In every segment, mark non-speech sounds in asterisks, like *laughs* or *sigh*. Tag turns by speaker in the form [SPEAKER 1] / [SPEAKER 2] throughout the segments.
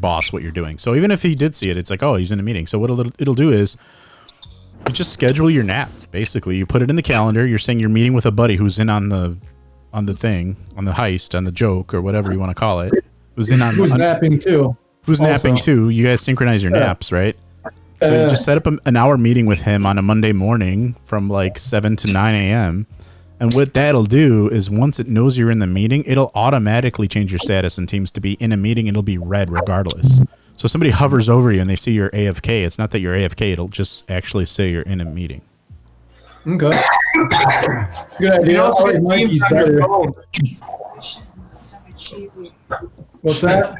[SPEAKER 1] boss what you're doing. So even if he did see it, it's like, oh, he's in a meeting. So what it'll, it'll do is you just schedule your nap. Basically, you put it in the calendar. You're saying you're meeting with a buddy who's in on the on the thing, on the heist, on the joke, or whatever you want to call it. Who's in on
[SPEAKER 2] Who's
[SPEAKER 1] on-
[SPEAKER 2] napping too?
[SPEAKER 1] who's
[SPEAKER 2] also.
[SPEAKER 1] napping too. You guys synchronize your
[SPEAKER 2] Yeah.
[SPEAKER 1] naps, right? So you
[SPEAKER 2] Uh,
[SPEAKER 1] just set up a, an hour meeting with him on a Monday morning from like 7 to 9 a.m. And what that'll do is once it knows you're in the meeting, it'll automatically change your status in Teams to be in a meeting. It'll be red regardless. So if somebody hovers over you and they see you're AFK. It's not that you're AFK. It'll just actually say you're in a meeting.
[SPEAKER 2] Okay. Good idea.
[SPEAKER 3] You can also
[SPEAKER 2] I
[SPEAKER 3] get
[SPEAKER 2] like
[SPEAKER 3] games
[SPEAKER 2] Mikey's
[SPEAKER 3] on
[SPEAKER 2] better.
[SPEAKER 3] your phone.
[SPEAKER 4] So much easier.
[SPEAKER 2] What's that?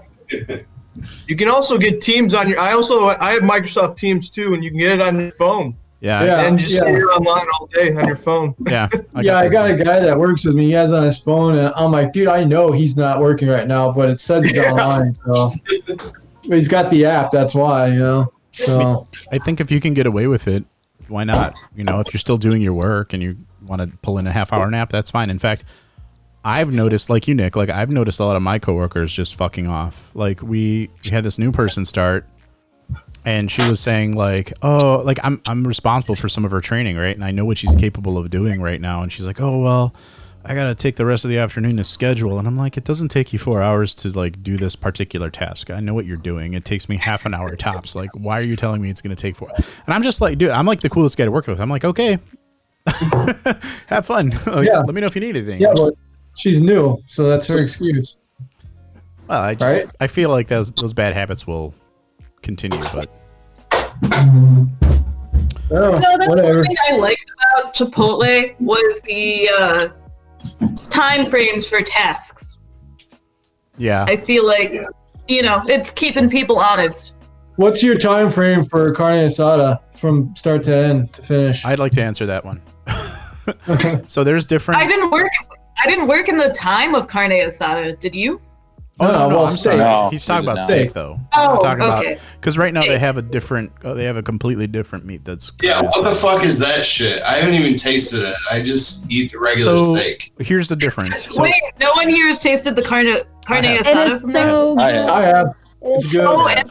[SPEAKER 3] You can also get Teams on your. I also I have Microsoft Teams too, and you can get it on your phone
[SPEAKER 1] Yeah.
[SPEAKER 2] Yeah.
[SPEAKER 3] and just sit online all day on your phone.
[SPEAKER 1] Yeah.
[SPEAKER 2] *laughs* yeah, I
[SPEAKER 1] that
[SPEAKER 2] got
[SPEAKER 1] too.
[SPEAKER 2] a guy that works with me. He has it on his phone, and I'm like, dude, I know he's not working right now, but it says he's online. So, but he's got the app. That's why, you know. So,
[SPEAKER 1] I think if you can get away with it, why not? You know, if you're still doing your work and you want to pull in a half hour nap, that's fine. In fact, I've noticed, like you, Nick, like I've noticed a lot of my coworkers just fucking off. Like we, we had this new person start, and she was saying like, "Oh, like I'm I'm responsible for some of her training, right? And I know what she's capable of doing right now." And she's like, "Oh well." I gotta take the rest of the afternoon to schedule, and I'm like, it doesn't take you four hours to like do this particular task. I know what you're doing. It takes me half an hour tops. Like, why are you telling me it's gonna take four? And I'm just like, dude, I'm like the coolest guy to work with. I'm like, okay, *laughs* have fun. *laughs* Like,
[SPEAKER 2] Yeah.
[SPEAKER 1] Let me know if you need anything.
[SPEAKER 2] yeah, but she's new, so that's her excuse.
[SPEAKER 1] Well, I just
[SPEAKER 2] Right?
[SPEAKER 1] I feel like those those bad habits will continue, but
[SPEAKER 2] Oh,
[SPEAKER 4] You know, that's
[SPEAKER 2] whatever.
[SPEAKER 4] one thing I liked about Chipotle was the uh, time frames for tasks.
[SPEAKER 1] yeah,
[SPEAKER 4] I feel like, you know, it's keeping people honest.
[SPEAKER 2] What's your time frame for carne asada from start to end to finish?
[SPEAKER 1] I'd like to answer that one. so there's different.
[SPEAKER 4] I didn't work. I didn't work in the time of carne asada. Did you?
[SPEAKER 1] oh no, no,
[SPEAKER 2] No, well,
[SPEAKER 1] I'm saying
[SPEAKER 5] steak.
[SPEAKER 1] he's talking
[SPEAKER 5] No,
[SPEAKER 1] about
[SPEAKER 5] we did
[SPEAKER 2] not.
[SPEAKER 1] steak though. He's
[SPEAKER 4] Oh,
[SPEAKER 1] not talking
[SPEAKER 4] okay.
[SPEAKER 1] about because right now they
[SPEAKER 4] Steak.
[SPEAKER 1] have a different, uh, they have a completely different meat that's
[SPEAKER 5] Yeah, what the
[SPEAKER 1] so-
[SPEAKER 5] fuck is that shit? I haven't even tasted it. I just eat the regular
[SPEAKER 1] So-
[SPEAKER 5] steak.
[SPEAKER 1] Here's the difference. So
[SPEAKER 4] Wait, no one here has tasted the carne carne
[SPEAKER 1] I have.
[SPEAKER 6] It
[SPEAKER 4] asada
[SPEAKER 6] is
[SPEAKER 4] from that.
[SPEAKER 6] so
[SPEAKER 5] I-
[SPEAKER 2] *laughs*
[SPEAKER 6] good.
[SPEAKER 2] I have. It's good.
[SPEAKER 4] Oh,
[SPEAKER 5] Yeah.
[SPEAKER 4] and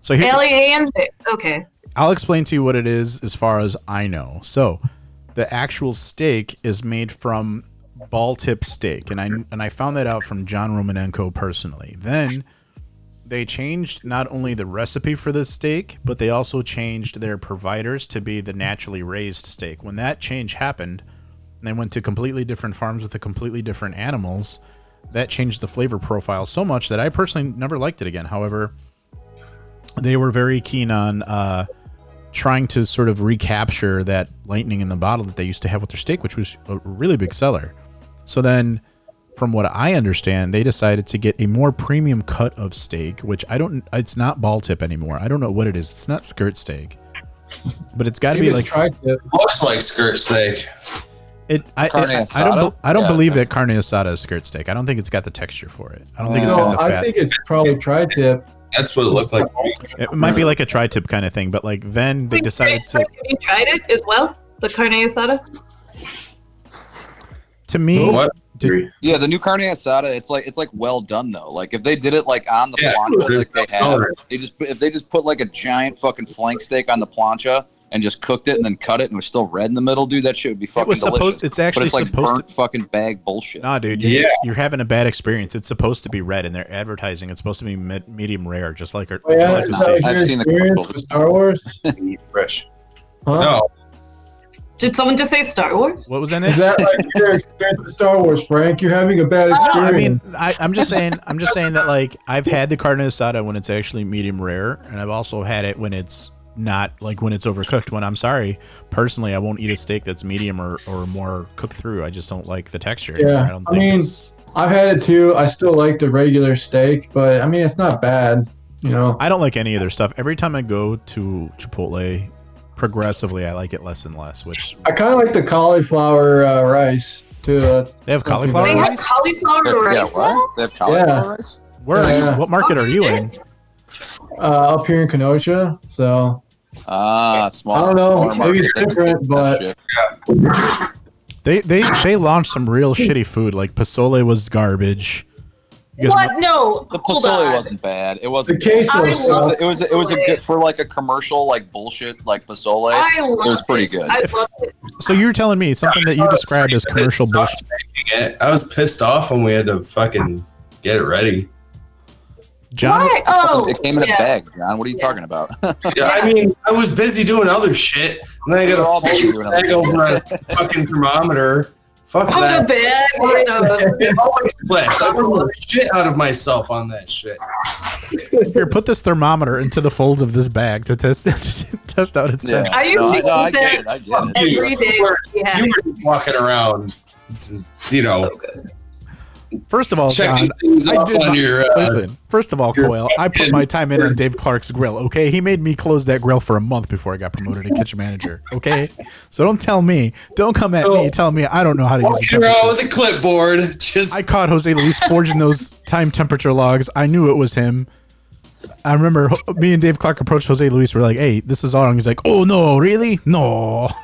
[SPEAKER 1] so here,
[SPEAKER 4] Ellie and okay.
[SPEAKER 1] I'll explain to you what it is as far as I know. So, the actual steak is made from ball tip steak, and I and I found that out from John Romanenko personally. Then they changed not only the recipe for the steak, but they also changed their providers to be the naturally raised steak. When that change happened, and they went to completely different farms with a completely different animals. That changed the flavor profile so much that I personally never liked it again. However, they were very keen on uh, trying to sort of recapture that lightning in the bottle that they used to have with their steak, which was a really big seller. So then, from what I understand, they decided to get a more premium cut of steak, which I don't. It's not ball tip anymore. I don't know what it is. It's not skirt steak, but it's got to
[SPEAKER 2] Maybe
[SPEAKER 1] be
[SPEAKER 2] it's
[SPEAKER 1] like
[SPEAKER 2] tri-tip.
[SPEAKER 5] Looks like skirt steak.
[SPEAKER 1] it. I, I-
[SPEAKER 5] Carne
[SPEAKER 1] I don't.
[SPEAKER 5] asada?
[SPEAKER 1] be- I don't
[SPEAKER 5] Yeah.
[SPEAKER 1] believe that carne asada is skirt steak. I don't think it's got the texture for it. I don't think it's
[SPEAKER 2] No,
[SPEAKER 1] got the fat.
[SPEAKER 2] I think it's probably tri-tip.
[SPEAKER 5] That's what it looked like. to me.
[SPEAKER 1] it might be like a tri-tip kind of thing, but like then they decided to.
[SPEAKER 4] Have you tried it as well? The carne asada.
[SPEAKER 1] To me,
[SPEAKER 5] What?
[SPEAKER 1] Did-
[SPEAKER 7] Yeah, the new carne asada, it's like it's like well done though. Like if they did it like on the
[SPEAKER 5] Yeah,
[SPEAKER 7] plancha, like they have,
[SPEAKER 5] Alright.
[SPEAKER 7] they just if they just put like a giant fucking flank steak on the plancha and just cooked it and then cut it and was still red in the middle, dude, that shit would be
[SPEAKER 1] it
[SPEAKER 7] fucking
[SPEAKER 1] was
[SPEAKER 7] delicious.
[SPEAKER 1] supposed. It's
[SPEAKER 7] but
[SPEAKER 1] actually
[SPEAKER 7] it's like
[SPEAKER 1] supposed.
[SPEAKER 7] burnt fucking bag bullshit.
[SPEAKER 1] to, nah, dude, you're,
[SPEAKER 5] Yeah.
[SPEAKER 1] just- you're having a bad experience. It's supposed to be red, and they're advertising. It's supposed to be med- medium rare, just like our.
[SPEAKER 2] Oh, yeah,
[SPEAKER 1] just like
[SPEAKER 2] is
[SPEAKER 1] the
[SPEAKER 7] it's
[SPEAKER 2] that
[SPEAKER 1] steak.
[SPEAKER 2] like
[SPEAKER 7] I've
[SPEAKER 2] your
[SPEAKER 7] seen the
[SPEAKER 2] experience
[SPEAKER 7] commercials.
[SPEAKER 2] with
[SPEAKER 7] *laughs*
[SPEAKER 2] Star Wars?
[SPEAKER 5] Fresh.
[SPEAKER 2] Huh?
[SPEAKER 5] No,
[SPEAKER 4] Did someone just say Star Wars?
[SPEAKER 1] What was in
[SPEAKER 2] Is
[SPEAKER 1] it?
[SPEAKER 2] that like your experience with Star Wars, Frank? You're having a bad
[SPEAKER 1] No, I
[SPEAKER 2] experience.
[SPEAKER 1] mean, I, I'm just saying. I'm just saying that like I've had the carne asada when it's actually medium rare, and I've also had it when it's not like when it's overcooked. When I'm sorry, personally, I won't eat a steak that's medium or, or more cooked through. I just don't like the texture.
[SPEAKER 2] Yeah,
[SPEAKER 1] I don't
[SPEAKER 2] I
[SPEAKER 1] think
[SPEAKER 2] mean-
[SPEAKER 1] it's-
[SPEAKER 2] I've had it too. I still like the regular steak, but I mean, it's not bad. You know,
[SPEAKER 1] I don't like any of their stuff. Every time I go to Chipotle, progressively I like it less and less. Which
[SPEAKER 2] I kind of like the cauliflower uh, rice too. That's,
[SPEAKER 1] they have
[SPEAKER 2] Something
[SPEAKER 1] cauliflower
[SPEAKER 4] They
[SPEAKER 2] about-
[SPEAKER 4] have
[SPEAKER 1] rice.
[SPEAKER 4] cauliflower
[SPEAKER 7] But,
[SPEAKER 4] rice.
[SPEAKER 7] yeah, what? They have cauliflower rice?
[SPEAKER 1] Where? are you-
[SPEAKER 2] Yeah.
[SPEAKER 1] What market are you in?
[SPEAKER 2] uh, up here in Kenosha, so
[SPEAKER 7] Ah, small.
[SPEAKER 2] I don't know,
[SPEAKER 7] smaller
[SPEAKER 2] maybe it's
[SPEAKER 7] market.
[SPEAKER 2] different,
[SPEAKER 7] That
[SPEAKER 2] but-
[SPEAKER 7] shit.
[SPEAKER 1] They they they launched some real shitty food. Like Pasole was garbage. You guys
[SPEAKER 4] what? No.
[SPEAKER 7] The
[SPEAKER 4] hold
[SPEAKER 7] pozole
[SPEAKER 4] on.
[SPEAKER 7] wasn't bad. It
[SPEAKER 2] The
[SPEAKER 7] wasn't.
[SPEAKER 2] queso
[SPEAKER 4] I
[SPEAKER 7] It was,
[SPEAKER 2] sucked.
[SPEAKER 7] it was it was a good for like a commercial like bullshit like pozole.
[SPEAKER 4] I loved
[SPEAKER 7] was pretty good.
[SPEAKER 4] I loved it.
[SPEAKER 1] want- so you were telling me something that you described as commercial bullshit.
[SPEAKER 5] Yeah, I was pissed off when we had to fucking get it ready.
[SPEAKER 1] John,
[SPEAKER 4] Why? Oh,
[SPEAKER 7] it came in
[SPEAKER 4] yeah.
[SPEAKER 7] a bag, John. What are you
[SPEAKER 4] Yeah.
[SPEAKER 7] talking about?
[SPEAKER 5] Yeah, I mean, I was busy doing other shit, and then I
[SPEAKER 7] We were
[SPEAKER 1] *laughs*
[SPEAKER 7] all
[SPEAKER 5] got a
[SPEAKER 7] busy doing other
[SPEAKER 5] bag over a fucking thermometer. Fuck
[SPEAKER 4] Put a
[SPEAKER 5] that.
[SPEAKER 4] bag in a-
[SPEAKER 5] It always flips. I blew the shit out of myself on that shit.
[SPEAKER 1] here, put this thermometer into the folds of this bag to test *laughs* to test out its
[SPEAKER 7] Yeah.
[SPEAKER 1] temperature.
[SPEAKER 4] I used
[SPEAKER 7] No,
[SPEAKER 4] to
[SPEAKER 7] I- no, I
[SPEAKER 4] use
[SPEAKER 7] get
[SPEAKER 4] that
[SPEAKER 7] it, I get it.
[SPEAKER 4] every day. Yeah.
[SPEAKER 5] You were walking around, you know,
[SPEAKER 4] So good.
[SPEAKER 1] First of all,
[SPEAKER 5] checking
[SPEAKER 1] John,
[SPEAKER 5] things
[SPEAKER 1] Oh, I
[SPEAKER 5] off
[SPEAKER 1] did
[SPEAKER 5] on
[SPEAKER 1] my-
[SPEAKER 5] your. Uh,
[SPEAKER 1] Listen, first of all,
[SPEAKER 5] You're
[SPEAKER 1] Coyle, I put my time in on Dave Clark's grill, okay? He made me close that grill for a month before I got promoted to kitchen manager, okay? So don't tell me, don't come at me
[SPEAKER 5] So-
[SPEAKER 1] telling me I don't know how to use the
[SPEAKER 5] walking around
[SPEAKER 1] temperature.
[SPEAKER 5] with a clipboard, just
[SPEAKER 1] I caught Jose Luis forging those time temperature logs. I knew it was him. I remember ho- me and Dave Clark approached Jose Luis. We're like, hey, this is all wrong. He's like, oh, no, really? No. *laughs*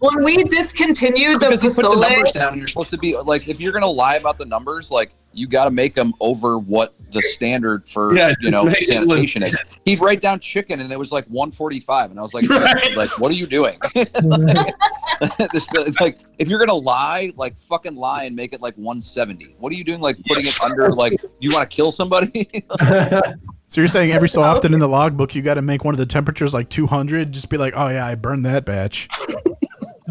[SPEAKER 4] When we discontinued the
[SPEAKER 7] Because you put the numbers
[SPEAKER 4] pozole,
[SPEAKER 7] down, and you're supposed to be like, if you're gonna lie about the numbers, like you got to make them over what the standard for
[SPEAKER 5] Yeah,
[SPEAKER 7] you know
[SPEAKER 5] make it look-
[SPEAKER 7] sanitation is. He'd write down chicken, and it was like 145, and I was like,
[SPEAKER 5] Right.
[SPEAKER 7] like what are you doing? *laughs*
[SPEAKER 2] *laughs*
[SPEAKER 7] this it's like if you're gonna lie, like fucking lie and make it like 170. What are you doing? Like putting it under like you want to kill somebody? *laughs*
[SPEAKER 1] So you're saying every so often in the logbook, you got to make one of the temperatures like 200? Just be like, oh, yeah, I burned that batch. *laughs*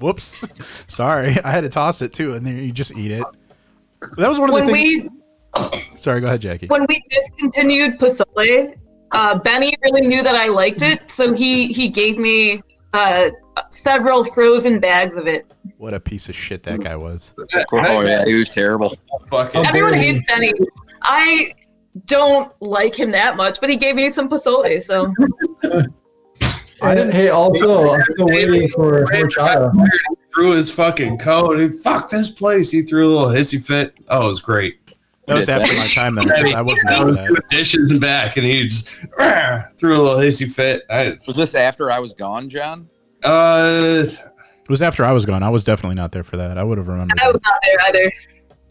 [SPEAKER 1] Whoops. *laughs* Sorry. I had to toss it too. And then you just eat it. That was one of the
[SPEAKER 4] when
[SPEAKER 1] things.
[SPEAKER 4] we
[SPEAKER 1] Sorry, go ahead, Jackie.
[SPEAKER 4] when we discontinued pozole, uh, Benny really knew that I liked it, so he he gave me uh, several frozen bags of it.
[SPEAKER 1] What a piece of shit that guy was.
[SPEAKER 7] oh yeah, he was terrible.
[SPEAKER 5] fucking.
[SPEAKER 4] Everyone
[SPEAKER 2] Benny.
[SPEAKER 4] hates Benny. I don't like him that much, but he gave me some pozole, so
[SPEAKER 2] And, hey, also, I'm still waiting for horchata.
[SPEAKER 5] Threw his fucking coat. He, Fuck this place. He threw a little hissy fit. Oh, it was great.
[SPEAKER 1] That was after my time. Then I, I wasn't
[SPEAKER 5] I
[SPEAKER 1] there
[SPEAKER 5] was
[SPEAKER 1] for that.
[SPEAKER 5] doing dishes and back, and he just "Rah," threw a little hissy fit. I,
[SPEAKER 7] Was this after I was gone, John?
[SPEAKER 5] uh,
[SPEAKER 1] It was after I was gone. I was definitely not there for that. I would have remembered.
[SPEAKER 4] I was not there either.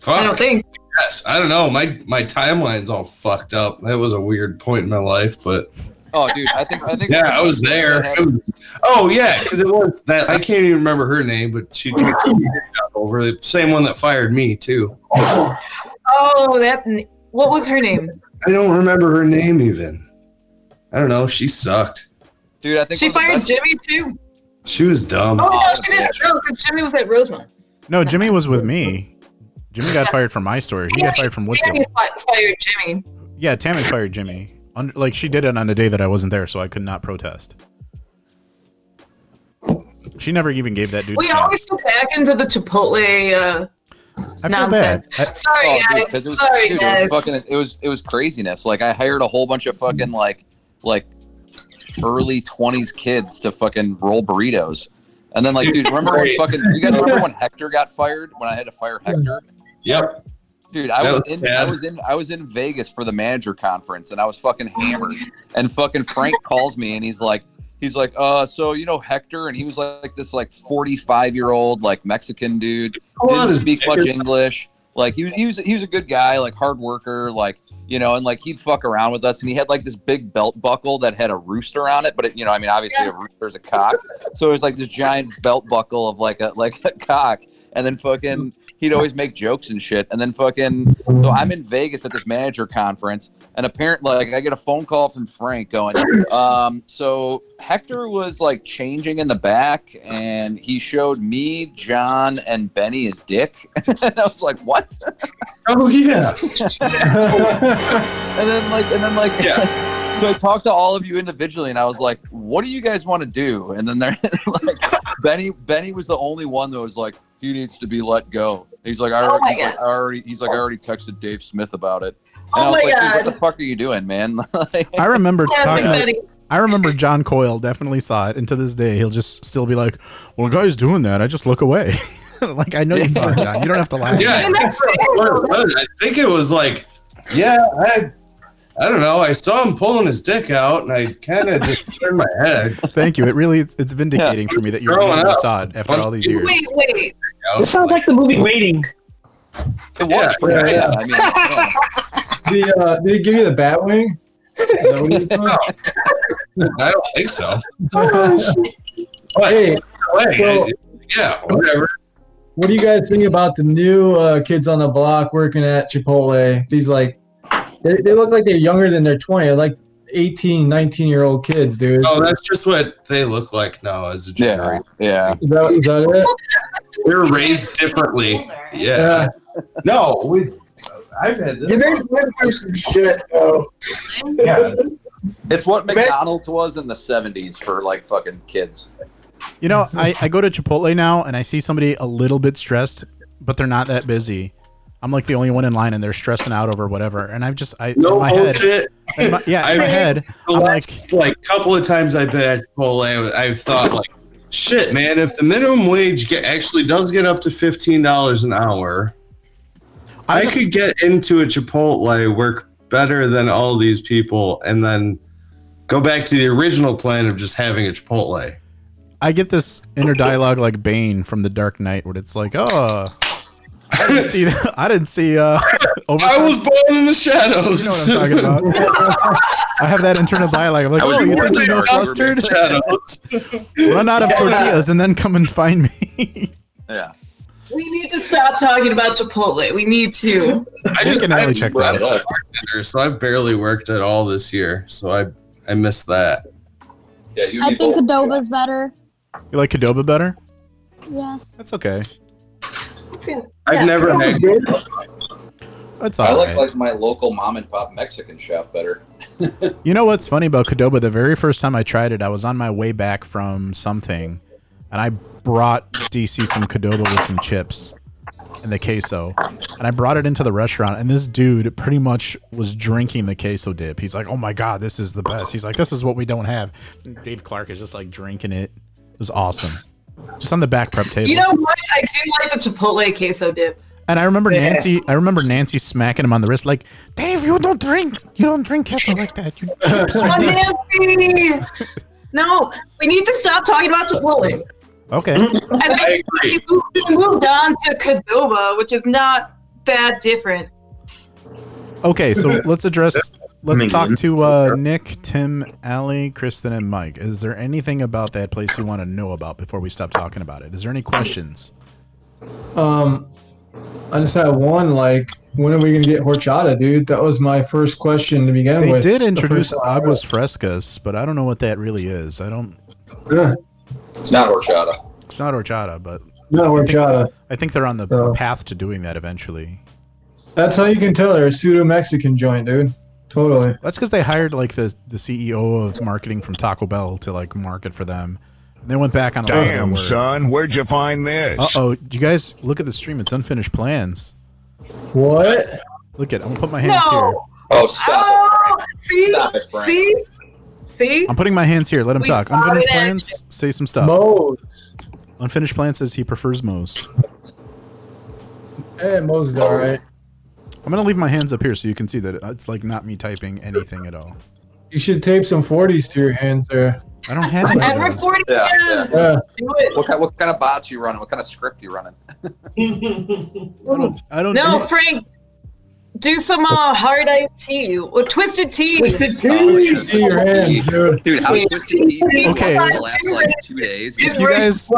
[SPEAKER 4] I don't
[SPEAKER 5] fuck.
[SPEAKER 4] think.
[SPEAKER 5] Yes, I don't know. My my timeline's all fucked up. That was a weird point in my life, but
[SPEAKER 7] Oh, dude, I think I think
[SPEAKER 5] yeah, I was there. It was- oh yeah, because it was that. I can't even remember her name, but she took over the same one that fired me too.
[SPEAKER 4] Oh, that. What was her name?
[SPEAKER 5] I don't remember her name even. I don't know. She sucked.
[SPEAKER 7] Dude, I think
[SPEAKER 4] She
[SPEAKER 7] one of the
[SPEAKER 4] fired
[SPEAKER 7] best-
[SPEAKER 4] Jimmy too.
[SPEAKER 5] She was dumb.
[SPEAKER 4] Oh no,
[SPEAKER 7] Oh,
[SPEAKER 4] she didn't. No, because Jimmy was at Rosemont.
[SPEAKER 1] No, Jimmy was with me. Jimmy got fired from my story. He got fired from
[SPEAKER 4] Jimmy
[SPEAKER 1] Woodfield.
[SPEAKER 4] fi- fired Jimmy.
[SPEAKER 1] Yeah, Tammy fired Jimmy. Under, like she did it on a day that I wasn't there, so I could not protest. She never even gave that dude. a
[SPEAKER 4] We
[SPEAKER 1] chance.
[SPEAKER 4] always go back into the Chipotle. Uh,
[SPEAKER 1] I feel bad.
[SPEAKER 4] nonsense.
[SPEAKER 1] I,
[SPEAKER 4] Sorry,
[SPEAKER 7] Oh, dude,
[SPEAKER 4] guys.
[SPEAKER 7] 'cause it was,
[SPEAKER 4] Sorry,
[SPEAKER 7] dude,
[SPEAKER 4] guys.
[SPEAKER 7] It was, fucking, it was it was craziness. Like I hired a whole bunch of fucking like like early twenties kids to fucking roll burritos, and then
[SPEAKER 5] *laughs*
[SPEAKER 7] like, dude, remember when
[SPEAKER 5] Great.
[SPEAKER 7] fucking you guys remember
[SPEAKER 5] *laughs*
[SPEAKER 7] when Hector got fired when I had to fire Hector?
[SPEAKER 5] Yep.
[SPEAKER 7] Dude, I
[SPEAKER 5] That
[SPEAKER 7] was,
[SPEAKER 5] was
[SPEAKER 7] in I
[SPEAKER 5] sad.
[SPEAKER 7] was in I was in Vegas for the manager conference and I was fucking hammered. And fucking
[SPEAKER 5] *laughs*
[SPEAKER 7] Frank calls me and he's like he's like, uh, so you know Hector? And he was like this like forty five year old like Mexican dude. Didn't speak much English. Like he was he was he was a good guy, like hard worker, like you know, and like he'd fuck around with us and he had like this big belt buckle that had a rooster on it, but it, you know, I mean obviously a rooster's a cock. So it was like this giant belt buckle of like a like a cock. And then fucking he'd always make jokes and shit. And then fucking so I'm in Vegas at this manager conference, and apparently, like, I get a phone call from Frank going, um, "So Hector was like changing in the back, and he showed me, John, and Benny his dick." *laughs* and I was like, "What?"
[SPEAKER 5] Oh yeah.
[SPEAKER 7] And then like, and then like,
[SPEAKER 5] Yeah.
[SPEAKER 7] *laughs* so I talked to all of you individually, and I was like, "What do you guys want to do?" And then *laughs* there, like, Benny, Benny was the only one that was like, "He needs to be let go." He's like, "I
[SPEAKER 4] Oh
[SPEAKER 7] already,
[SPEAKER 4] my
[SPEAKER 7] he's like, I already, he's like, I already texted Dave Smith about it." And
[SPEAKER 4] Oh
[SPEAKER 7] I was
[SPEAKER 4] my
[SPEAKER 7] like, "Dude,
[SPEAKER 4] God.
[SPEAKER 7] what the fuck are you doing, man? *laughs* Like,
[SPEAKER 1] I remember
[SPEAKER 4] *laughs* Yeah,
[SPEAKER 1] talking.
[SPEAKER 4] like
[SPEAKER 1] To,
[SPEAKER 4] Betty.
[SPEAKER 1] I remember John Coyle definitely saw it, and to this day he'll just still be like, "Well, the guy's doing that. I just look away." *laughs* like I know you saw it, John. You don't have
[SPEAKER 5] *laughs*
[SPEAKER 1] to lie.
[SPEAKER 5] Yeah.
[SPEAKER 4] I mean, that's right.
[SPEAKER 5] Or it was. I think it was like, yeah, I, I don't know. I saw him pulling his dick out, and I kind of just *laughs* turned my head.
[SPEAKER 1] Thank you. It really it's, it's vindicating for me that you
[SPEAKER 5] Growing
[SPEAKER 1] really
[SPEAKER 5] up.
[SPEAKER 1] saw it after all these years.
[SPEAKER 4] Wait, wait.
[SPEAKER 5] out.
[SPEAKER 6] This sounds like the movie Waiting.
[SPEAKER 7] It was pretty
[SPEAKER 5] yeah,
[SPEAKER 7] bad.
[SPEAKER 5] yeah.
[SPEAKER 7] I mean, yeah.
[SPEAKER 2] *laughs* The uh, did he give you the bat wing? Is
[SPEAKER 1] *laughs*
[SPEAKER 2] that what he did?
[SPEAKER 5] I don't think so. *laughs* But
[SPEAKER 2] hey,
[SPEAKER 5] either way,
[SPEAKER 2] well-
[SPEAKER 5] yeah, whatever.
[SPEAKER 2] What do you guys think about the new uh, kids on the block working at Chipotle? These like, they, they look like they're younger than they're 20, like 18, 19 year old kids, dude.
[SPEAKER 5] No, Oh, that's just what they look like now as a
[SPEAKER 7] yeah,
[SPEAKER 5] generation.
[SPEAKER 7] yeah.
[SPEAKER 2] Is that, is that it?
[SPEAKER 5] They're raised differently. Yeah.
[SPEAKER 2] Yeah.
[SPEAKER 5] No, we. I've had
[SPEAKER 3] You
[SPEAKER 5] this.
[SPEAKER 3] made live through some shit, though.
[SPEAKER 5] Yeah.
[SPEAKER 7] It's what McDonald's was in the '70s for like fucking kids.
[SPEAKER 1] You know, I, I go to Chipotle now and I see somebody a little bit stressed, but they're not that busy. I'm like the only one in line and they're stressing out over whatever. And I'm just, I, in
[SPEAKER 5] No
[SPEAKER 1] my head,
[SPEAKER 5] bullshit.
[SPEAKER 1] in my- yeah, in my
[SPEAKER 5] I-
[SPEAKER 1] head,
[SPEAKER 5] The
[SPEAKER 1] I'm
[SPEAKER 5] last like, couple of times I've been at Chipotle, I've thought like, shit, man, if the minimum wage get, actually does get up to fifteen dollars an hour,
[SPEAKER 1] I
[SPEAKER 5] I
[SPEAKER 1] just-
[SPEAKER 5] could get into a Chipotle, work better than all these people, and then go back to the original plan of just having a Chipotle.
[SPEAKER 1] I get this inner dialogue like Bane from The Dark Knight, where it's like, oh, I
[SPEAKER 5] *laughs*
[SPEAKER 1] didn't see, that. I didn't see, uh,
[SPEAKER 5] I
[SPEAKER 1] overtime.
[SPEAKER 5] was born in the shadows.
[SPEAKER 1] you know what I'm talking about. I have that internal dialogue. I'm like,
[SPEAKER 7] I was
[SPEAKER 1] oh, you
[SPEAKER 7] born
[SPEAKER 1] think
[SPEAKER 7] in
[SPEAKER 1] you know
[SPEAKER 7] the dark room,
[SPEAKER 1] flustered?
[SPEAKER 5] shadows.
[SPEAKER 1] *laughs* Run out
[SPEAKER 5] *laughs*
[SPEAKER 1] of tortillas and then come and find me.
[SPEAKER 7] Yeah,
[SPEAKER 4] We need to stop talking about Chipotle. We need to.
[SPEAKER 1] Nick
[SPEAKER 5] I just
[SPEAKER 1] and Allie
[SPEAKER 5] I
[SPEAKER 1] checked
[SPEAKER 5] I'm
[SPEAKER 1] that
[SPEAKER 5] not a bartender, *laughs* so I've barely worked at all this year. So I I missed that.
[SPEAKER 7] yeah. You
[SPEAKER 6] I
[SPEAKER 7] need
[SPEAKER 6] think
[SPEAKER 7] both.
[SPEAKER 6] Adoba's better.
[SPEAKER 1] You like Cadoba better?
[SPEAKER 6] Yes.
[SPEAKER 1] That's okay.
[SPEAKER 5] I've never had
[SPEAKER 1] That's
[SPEAKER 7] I
[SPEAKER 1] all
[SPEAKER 7] like
[SPEAKER 1] right.
[SPEAKER 7] like my local mom and pop Mexican shop better.
[SPEAKER 1] You know what's funny about Cadoba? The very first time I tried it, I was on my way back from something, and I brought DC some Cadoba with some chips and the queso, and I brought it into the restaurant. And this dude pretty much was drinking the queso dip. He's like, "Oh my god, this is the best." He's like, "This is what we don't have." And Dave Clark is just like drinking it. It was awesome, just on the back prep table.
[SPEAKER 4] You know what? I do like the Chipotle queso dip.
[SPEAKER 1] and I remember Nancy. I remember Nancy smacking him on the wrist, like, "Dave, you don't drink. You don't drink queso like that. You chips
[SPEAKER 4] Oh,
[SPEAKER 1] your dip."
[SPEAKER 4] Nancy! No, we need to stop talking about Chipotle.
[SPEAKER 1] Okay.
[SPEAKER 4] And I,
[SPEAKER 5] agree.
[SPEAKER 4] we moved on to Cadoba, which is not that different.
[SPEAKER 1] Okay, so let's address. Let's
[SPEAKER 8] mean-
[SPEAKER 1] talk to uh, Nick, Tim, Allie, Kristen, and Mike. Is there anything about that place you want to know about before we stop talking about it? Is there any questions?
[SPEAKER 2] Um, I just had one, like, when are we going to get horchata, dude? That was my first question to begin
[SPEAKER 1] They
[SPEAKER 2] with.
[SPEAKER 1] did
[SPEAKER 2] The
[SPEAKER 1] introduce
[SPEAKER 2] first time I
[SPEAKER 1] aguas frescas, but I don't know what that really is. I don't.
[SPEAKER 2] Yeah,
[SPEAKER 7] It's not horchata.
[SPEAKER 1] It's not horchata, but
[SPEAKER 2] no, horchata.
[SPEAKER 1] I think they're on the
[SPEAKER 2] Oh.
[SPEAKER 1] path to doing that eventually.
[SPEAKER 2] That's how you can tell they're a pseudo Mexican joint, dude. Totally.
[SPEAKER 1] That's because they hired like the the CEO of marketing from Taco Bell to like market for them. And they went back on. a lot of their
[SPEAKER 9] Damn,
[SPEAKER 1] work.
[SPEAKER 9] son, where'd you find this?
[SPEAKER 1] Uh oh! You guys look at the stream. It's unfinished plans.
[SPEAKER 2] What?
[SPEAKER 1] Look at. I'm gonna put my hands
[SPEAKER 4] No.
[SPEAKER 1] here.
[SPEAKER 7] Oh, stop
[SPEAKER 4] Oh,
[SPEAKER 7] it!
[SPEAKER 4] see,
[SPEAKER 7] Stop it, Frank.
[SPEAKER 4] see, see.
[SPEAKER 1] I'm putting my hands here. Let him
[SPEAKER 4] We
[SPEAKER 1] talk.
[SPEAKER 4] got
[SPEAKER 1] Unfinished
[SPEAKER 4] it.
[SPEAKER 1] plans. Say some stuff.
[SPEAKER 2] Mose.
[SPEAKER 1] Unfinished plans says he prefers Moe's.
[SPEAKER 2] Hey, Mose is all right.
[SPEAKER 1] I'm gonna leave my hands up here so you can see that it's like not me typing anything at all.
[SPEAKER 2] You should tape some 40s to your hands there.
[SPEAKER 1] I don't have any.
[SPEAKER 4] I'm
[SPEAKER 1] of those.
[SPEAKER 4] reporting
[SPEAKER 7] Yeah,
[SPEAKER 4] him.
[SPEAKER 2] Yeah.
[SPEAKER 4] Do it.
[SPEAKER 7] What kind, what kind of bots you running? What kind of script you running?
[SPEAKER 1] I don't. I don't
[SPEAKER 4] No, Frank, do some uh, hard iced tea or twisted tea.
[SPEAKER 2] Do your hands, dude.
[SPEAKER 7] Dude, how twisted teeth
[SPEAKER 1] Okay.
[SPEAKER 7] the last like two days.
[SPEAKER 1] if you guys,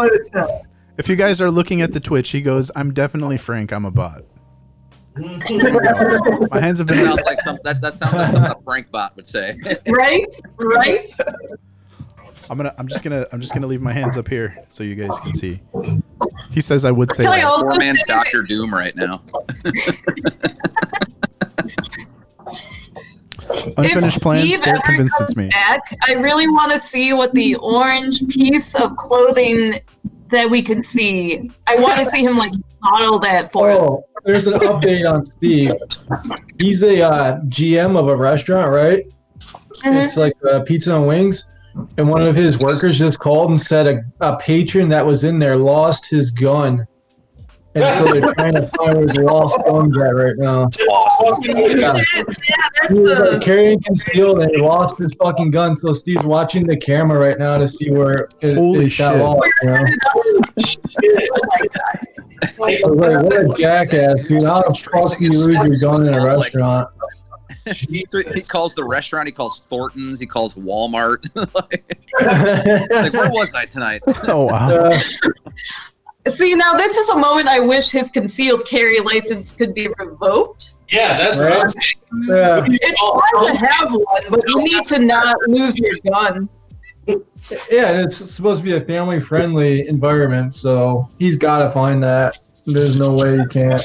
[SPEAKER 1] if you guys are looking at the Twitch, he goes, "I'm definitely Frank. I'm a bot." There you go. my hands have
[SPEAKER 7] That
[SPEAKER 1] been.
[SPEAKER 7] sounds like some, that, that sounds like something a Frank bot would
[SPEAKER 6] *laughs*
[SPEAKER 7] say.
[SPEAKER 4] right, right.
[SPEAKER 1] I'm gonna. I'm just gonna. I'm just gonna leave my hands up here so you guys can see. He says I would say.
[SPEAKER 4] Can I
[SPEAKER 1] that.
[SPEAKER 4] also
[SPEAKER 7] Poor man's
[SPEAKER 4] say-
[SPEAKER 7] Doctor Doom right now.
[SPEAKER 1] Unfinished
[SPEAKER 4] If
[SPEAKER 1] plans.
[SPEAKER 4] Steve
[SPEAKER 1] Don't
[SPEAKER 4] ever
[SPEAKER 1] convince
[SPEAKER 4] comes
[SPEAKER 1] it's me.
[SPEAKER 4] Back, I really want to see what the orange piece of clothing that we can see. I want to see him like model that for
[SPEAKER 2] Oh,
[SPEAKER 4] us.
[SPEAKER 2] there's an update on Steve. He's a uh, GM of a restaurant, right?
[SPEAKER 4] *laughs* Mhm.
[SPEAKER 2] It's like uh, pizza and wings. And one of his workers just called and said a, a patron that was in there lost his gun. and so they're trying to find where the lost funds at right now.
[SPEAKER 4] Oh, Yeah,
[SPEAKER 5] Awesome.
[SPEAKER 4] that's
[SPEAKER 2] He was like
[SPEAKER 4] the.
[SPEAKER 2] carrying concealed and he lost his fucking gun. So Steve's watching the camera right now to see where it,
[SPEAKER 1] Holy
[SPEAKER 2] it got
[SPEAKER 1] shit.
[SPEAKER 2] lost. You know? I was like, what a jackass, dude! How the fuck do you lose your gun in a restaurant?
[SPEAKER 7] He, he calls the restaurant. He calls Thornton's. He calls Walmart. *laughs* like, where was I tonight?
[SPEAKER 1] Oh wow.
[SPEAKER 2] *laughs* Uh,
[SPEAKER 4] See, now this is a moment I wish his concealed carry license could be revoked.
[SPEAKER 5] Yeah, that's
[SPEAKER 2] Right?
[SPEAKER 5] what I'm saying.
[SPEAKER 2] yeah.
[SPEAKER 4] It's fine to have one, but you need to not lose your gun.
[SPEAKER 2] Yeah, and it's supposed to be a family friendly environment, so he's got to find that. There's no way he can't.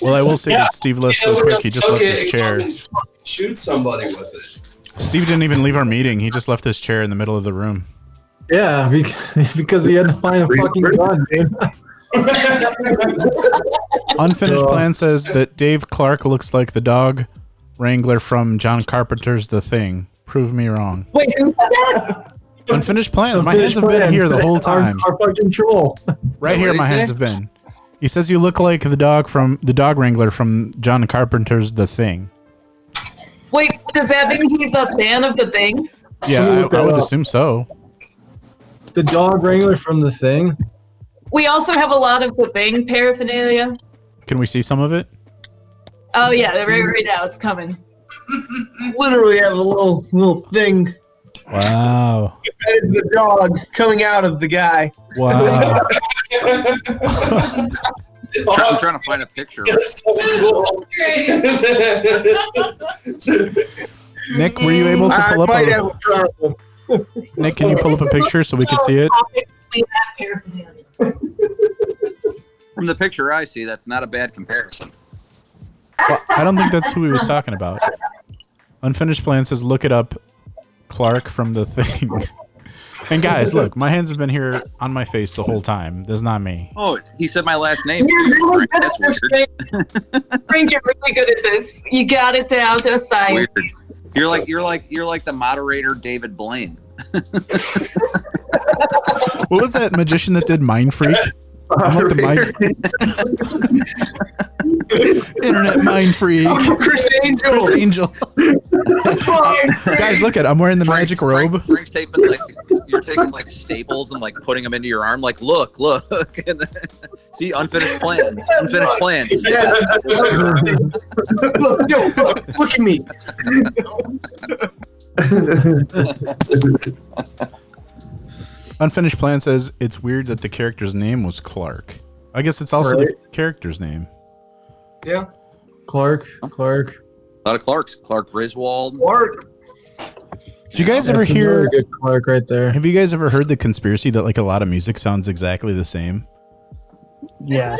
[SPEAKER 1] Well, I will say
[SPEAKER 5] Yeah.
[SPEAKER 1] that Steve left so
[SPEAKER 5] Yeah, we're
[SPEAKER 1] quick.
[SPEAKER 5] gonna
[SPEAKER 1] He just
[SPEAKER 5] suck
[SPEAKER 1] left
[SPEAKER 5] it
[SPEAKER 1] his
[SPEAKER 5] and
[SPEAKER 1] chair.
[SPEAKER 5] fucking Shoot somebody with it.
[SPEAKER 1] Steve didn't even leave our meeting. He just left his chair in the middle of the room.
[SPEAKER 5] *laughs*
[SPEAKER 2] Yeah, bec- *laughs* because he had to find a fucking gun, dude. *laughs*
[SPEAKER 5] *laughs*
[SPEAKER 1] Unfinished
[SPEAKER 2] So-
[SPEAKER 1] Plan says that Dave Clark looks like the dog wrangler from John Carpenter's The Thing. Prove me wrong.
[SPEAKER 4] Wait, who said that?
[SPEAKER 1] Unfinished Plan. My hands have been here the whole time.
[SPEAKER 2] *laughs* Our, our fucking troll.
[SPEAKER 1] Right here,
[SPEAKER 7] What did
[SPEAKER 1] my
[SPEAKER 7] he
[SPEAKER 1] hands
[SPEAKER 7] say?
[SPEAKER 1] have been. He says you look like the dog from the dog wrangler from John Carpenter's The Thing.
[SPEAKER 4] Wait, does that mean he's a fan of the thing?
[SPEAKER 1] Yeah,
[SPEAKER 2] Who
[SPEAKER 1] I,
[SPEAKER 2] looked that
[SPEAKER 1] I would
[SPEAKER 2] up?
[SPEAKER 1] assume so.
[SPEAKER 2] The dog wrangler from the thing.
[SPEAKER 4] We also have a lot of the thing paraphernalia.
[SPEAKER 1] Can we see some of it?
[SPEAKER 4] Oh yeah, right, right now it's coming.
[SPEAKER 3] Literally have a little little thing
[SPEAKER 1] Wow.
[SPEAKER 3] that is the dog coming out of the guy.
[SPEAKER 2] *laughs*
[SPEAKER 1] Wow.
[SPEAKER 5] It's
[SPEAKER 7] Try- I'm
[SPEAKER 5] awesome.
[SPEAKER 7] trying to find a picture.
[SPEAKER 5] It's so cool.
[SPEAKER 1] Nick, were you able to
[SPEAKER 3] I
[SPEAKER 1] pull up
[SPEAKER 3] might have
[SPEAKER 1] a,
[SPEAKER 3] a problem.
[SPEAKER 2] *laughs*
[SPEAKER 1] Nick, can you pull up a picture so we can see it?
[SPEAKER 4] Topics we have paraphernalia.
[SPEAKER 7] From the picture I see, that's not a bad comparison.
[SPEAKER 1] Well, I don't think that's who he was talking about. Unfinished Plan says, look it up, Clark from the thing. *laughs* and guys, look, my hands have been here on my face the whole time. That's not me.
[SPEAKER 7] Oh, he said my last
[SPEAKER 4] You're
[SPEAKER 7] name.
[SPEAKER 4] really good at
[SPEAKER 7] That's
[SPEAKER 4] this,
[SPEAKER 7] weird.
[SPEAKER 4] Frank. Frank, you're really good at this. You got it down to a science.
[SPEAKER 7] Weird. You're like you're like you're like the moderator David Blaine.
[SPEAKER 1] What was that magician that did Mind Freak? I'm like the mind *laughs* Internet Mind Freak.
[SPEAKER 3] Chris Angel.
[SPEAKER 1] Chris Angel.
[SPEAKER 3] Guys,
[SPEAKER 1] Guys, look at I'm wearing the magic robe.
[SPEAKER 7] Frank, Frank's taping like you're taking like staples and like putting them into your arm. Like, look, *laughs* look, and then, see unfinished plans, unfinished plans.
[SPEAKER 3] Yeah. look, yo, look, look at me.
[SPEAKER 1] Unfinished Plan says it's weird that the character's name was Clark. I guess it's also the character's name.
[SPEAKER 3] Yeah.
[SPEAKER 2] Clark. Clark.
[SPEAKER 7] A lot of Clarks, Clark Griswold.
[SPEAKER 3] Mark.
[SPEAKER 1] Did you guys ever
[SPEAKER 2] That's another
[SPEAKER 1] hear
[SPEAKER 2] good Clark right there.
[SPEAKER 1] Have you guys ever heard the conspiracy that like a lot of music sounds exactly the same?
[SPEAKER 8] Yeah.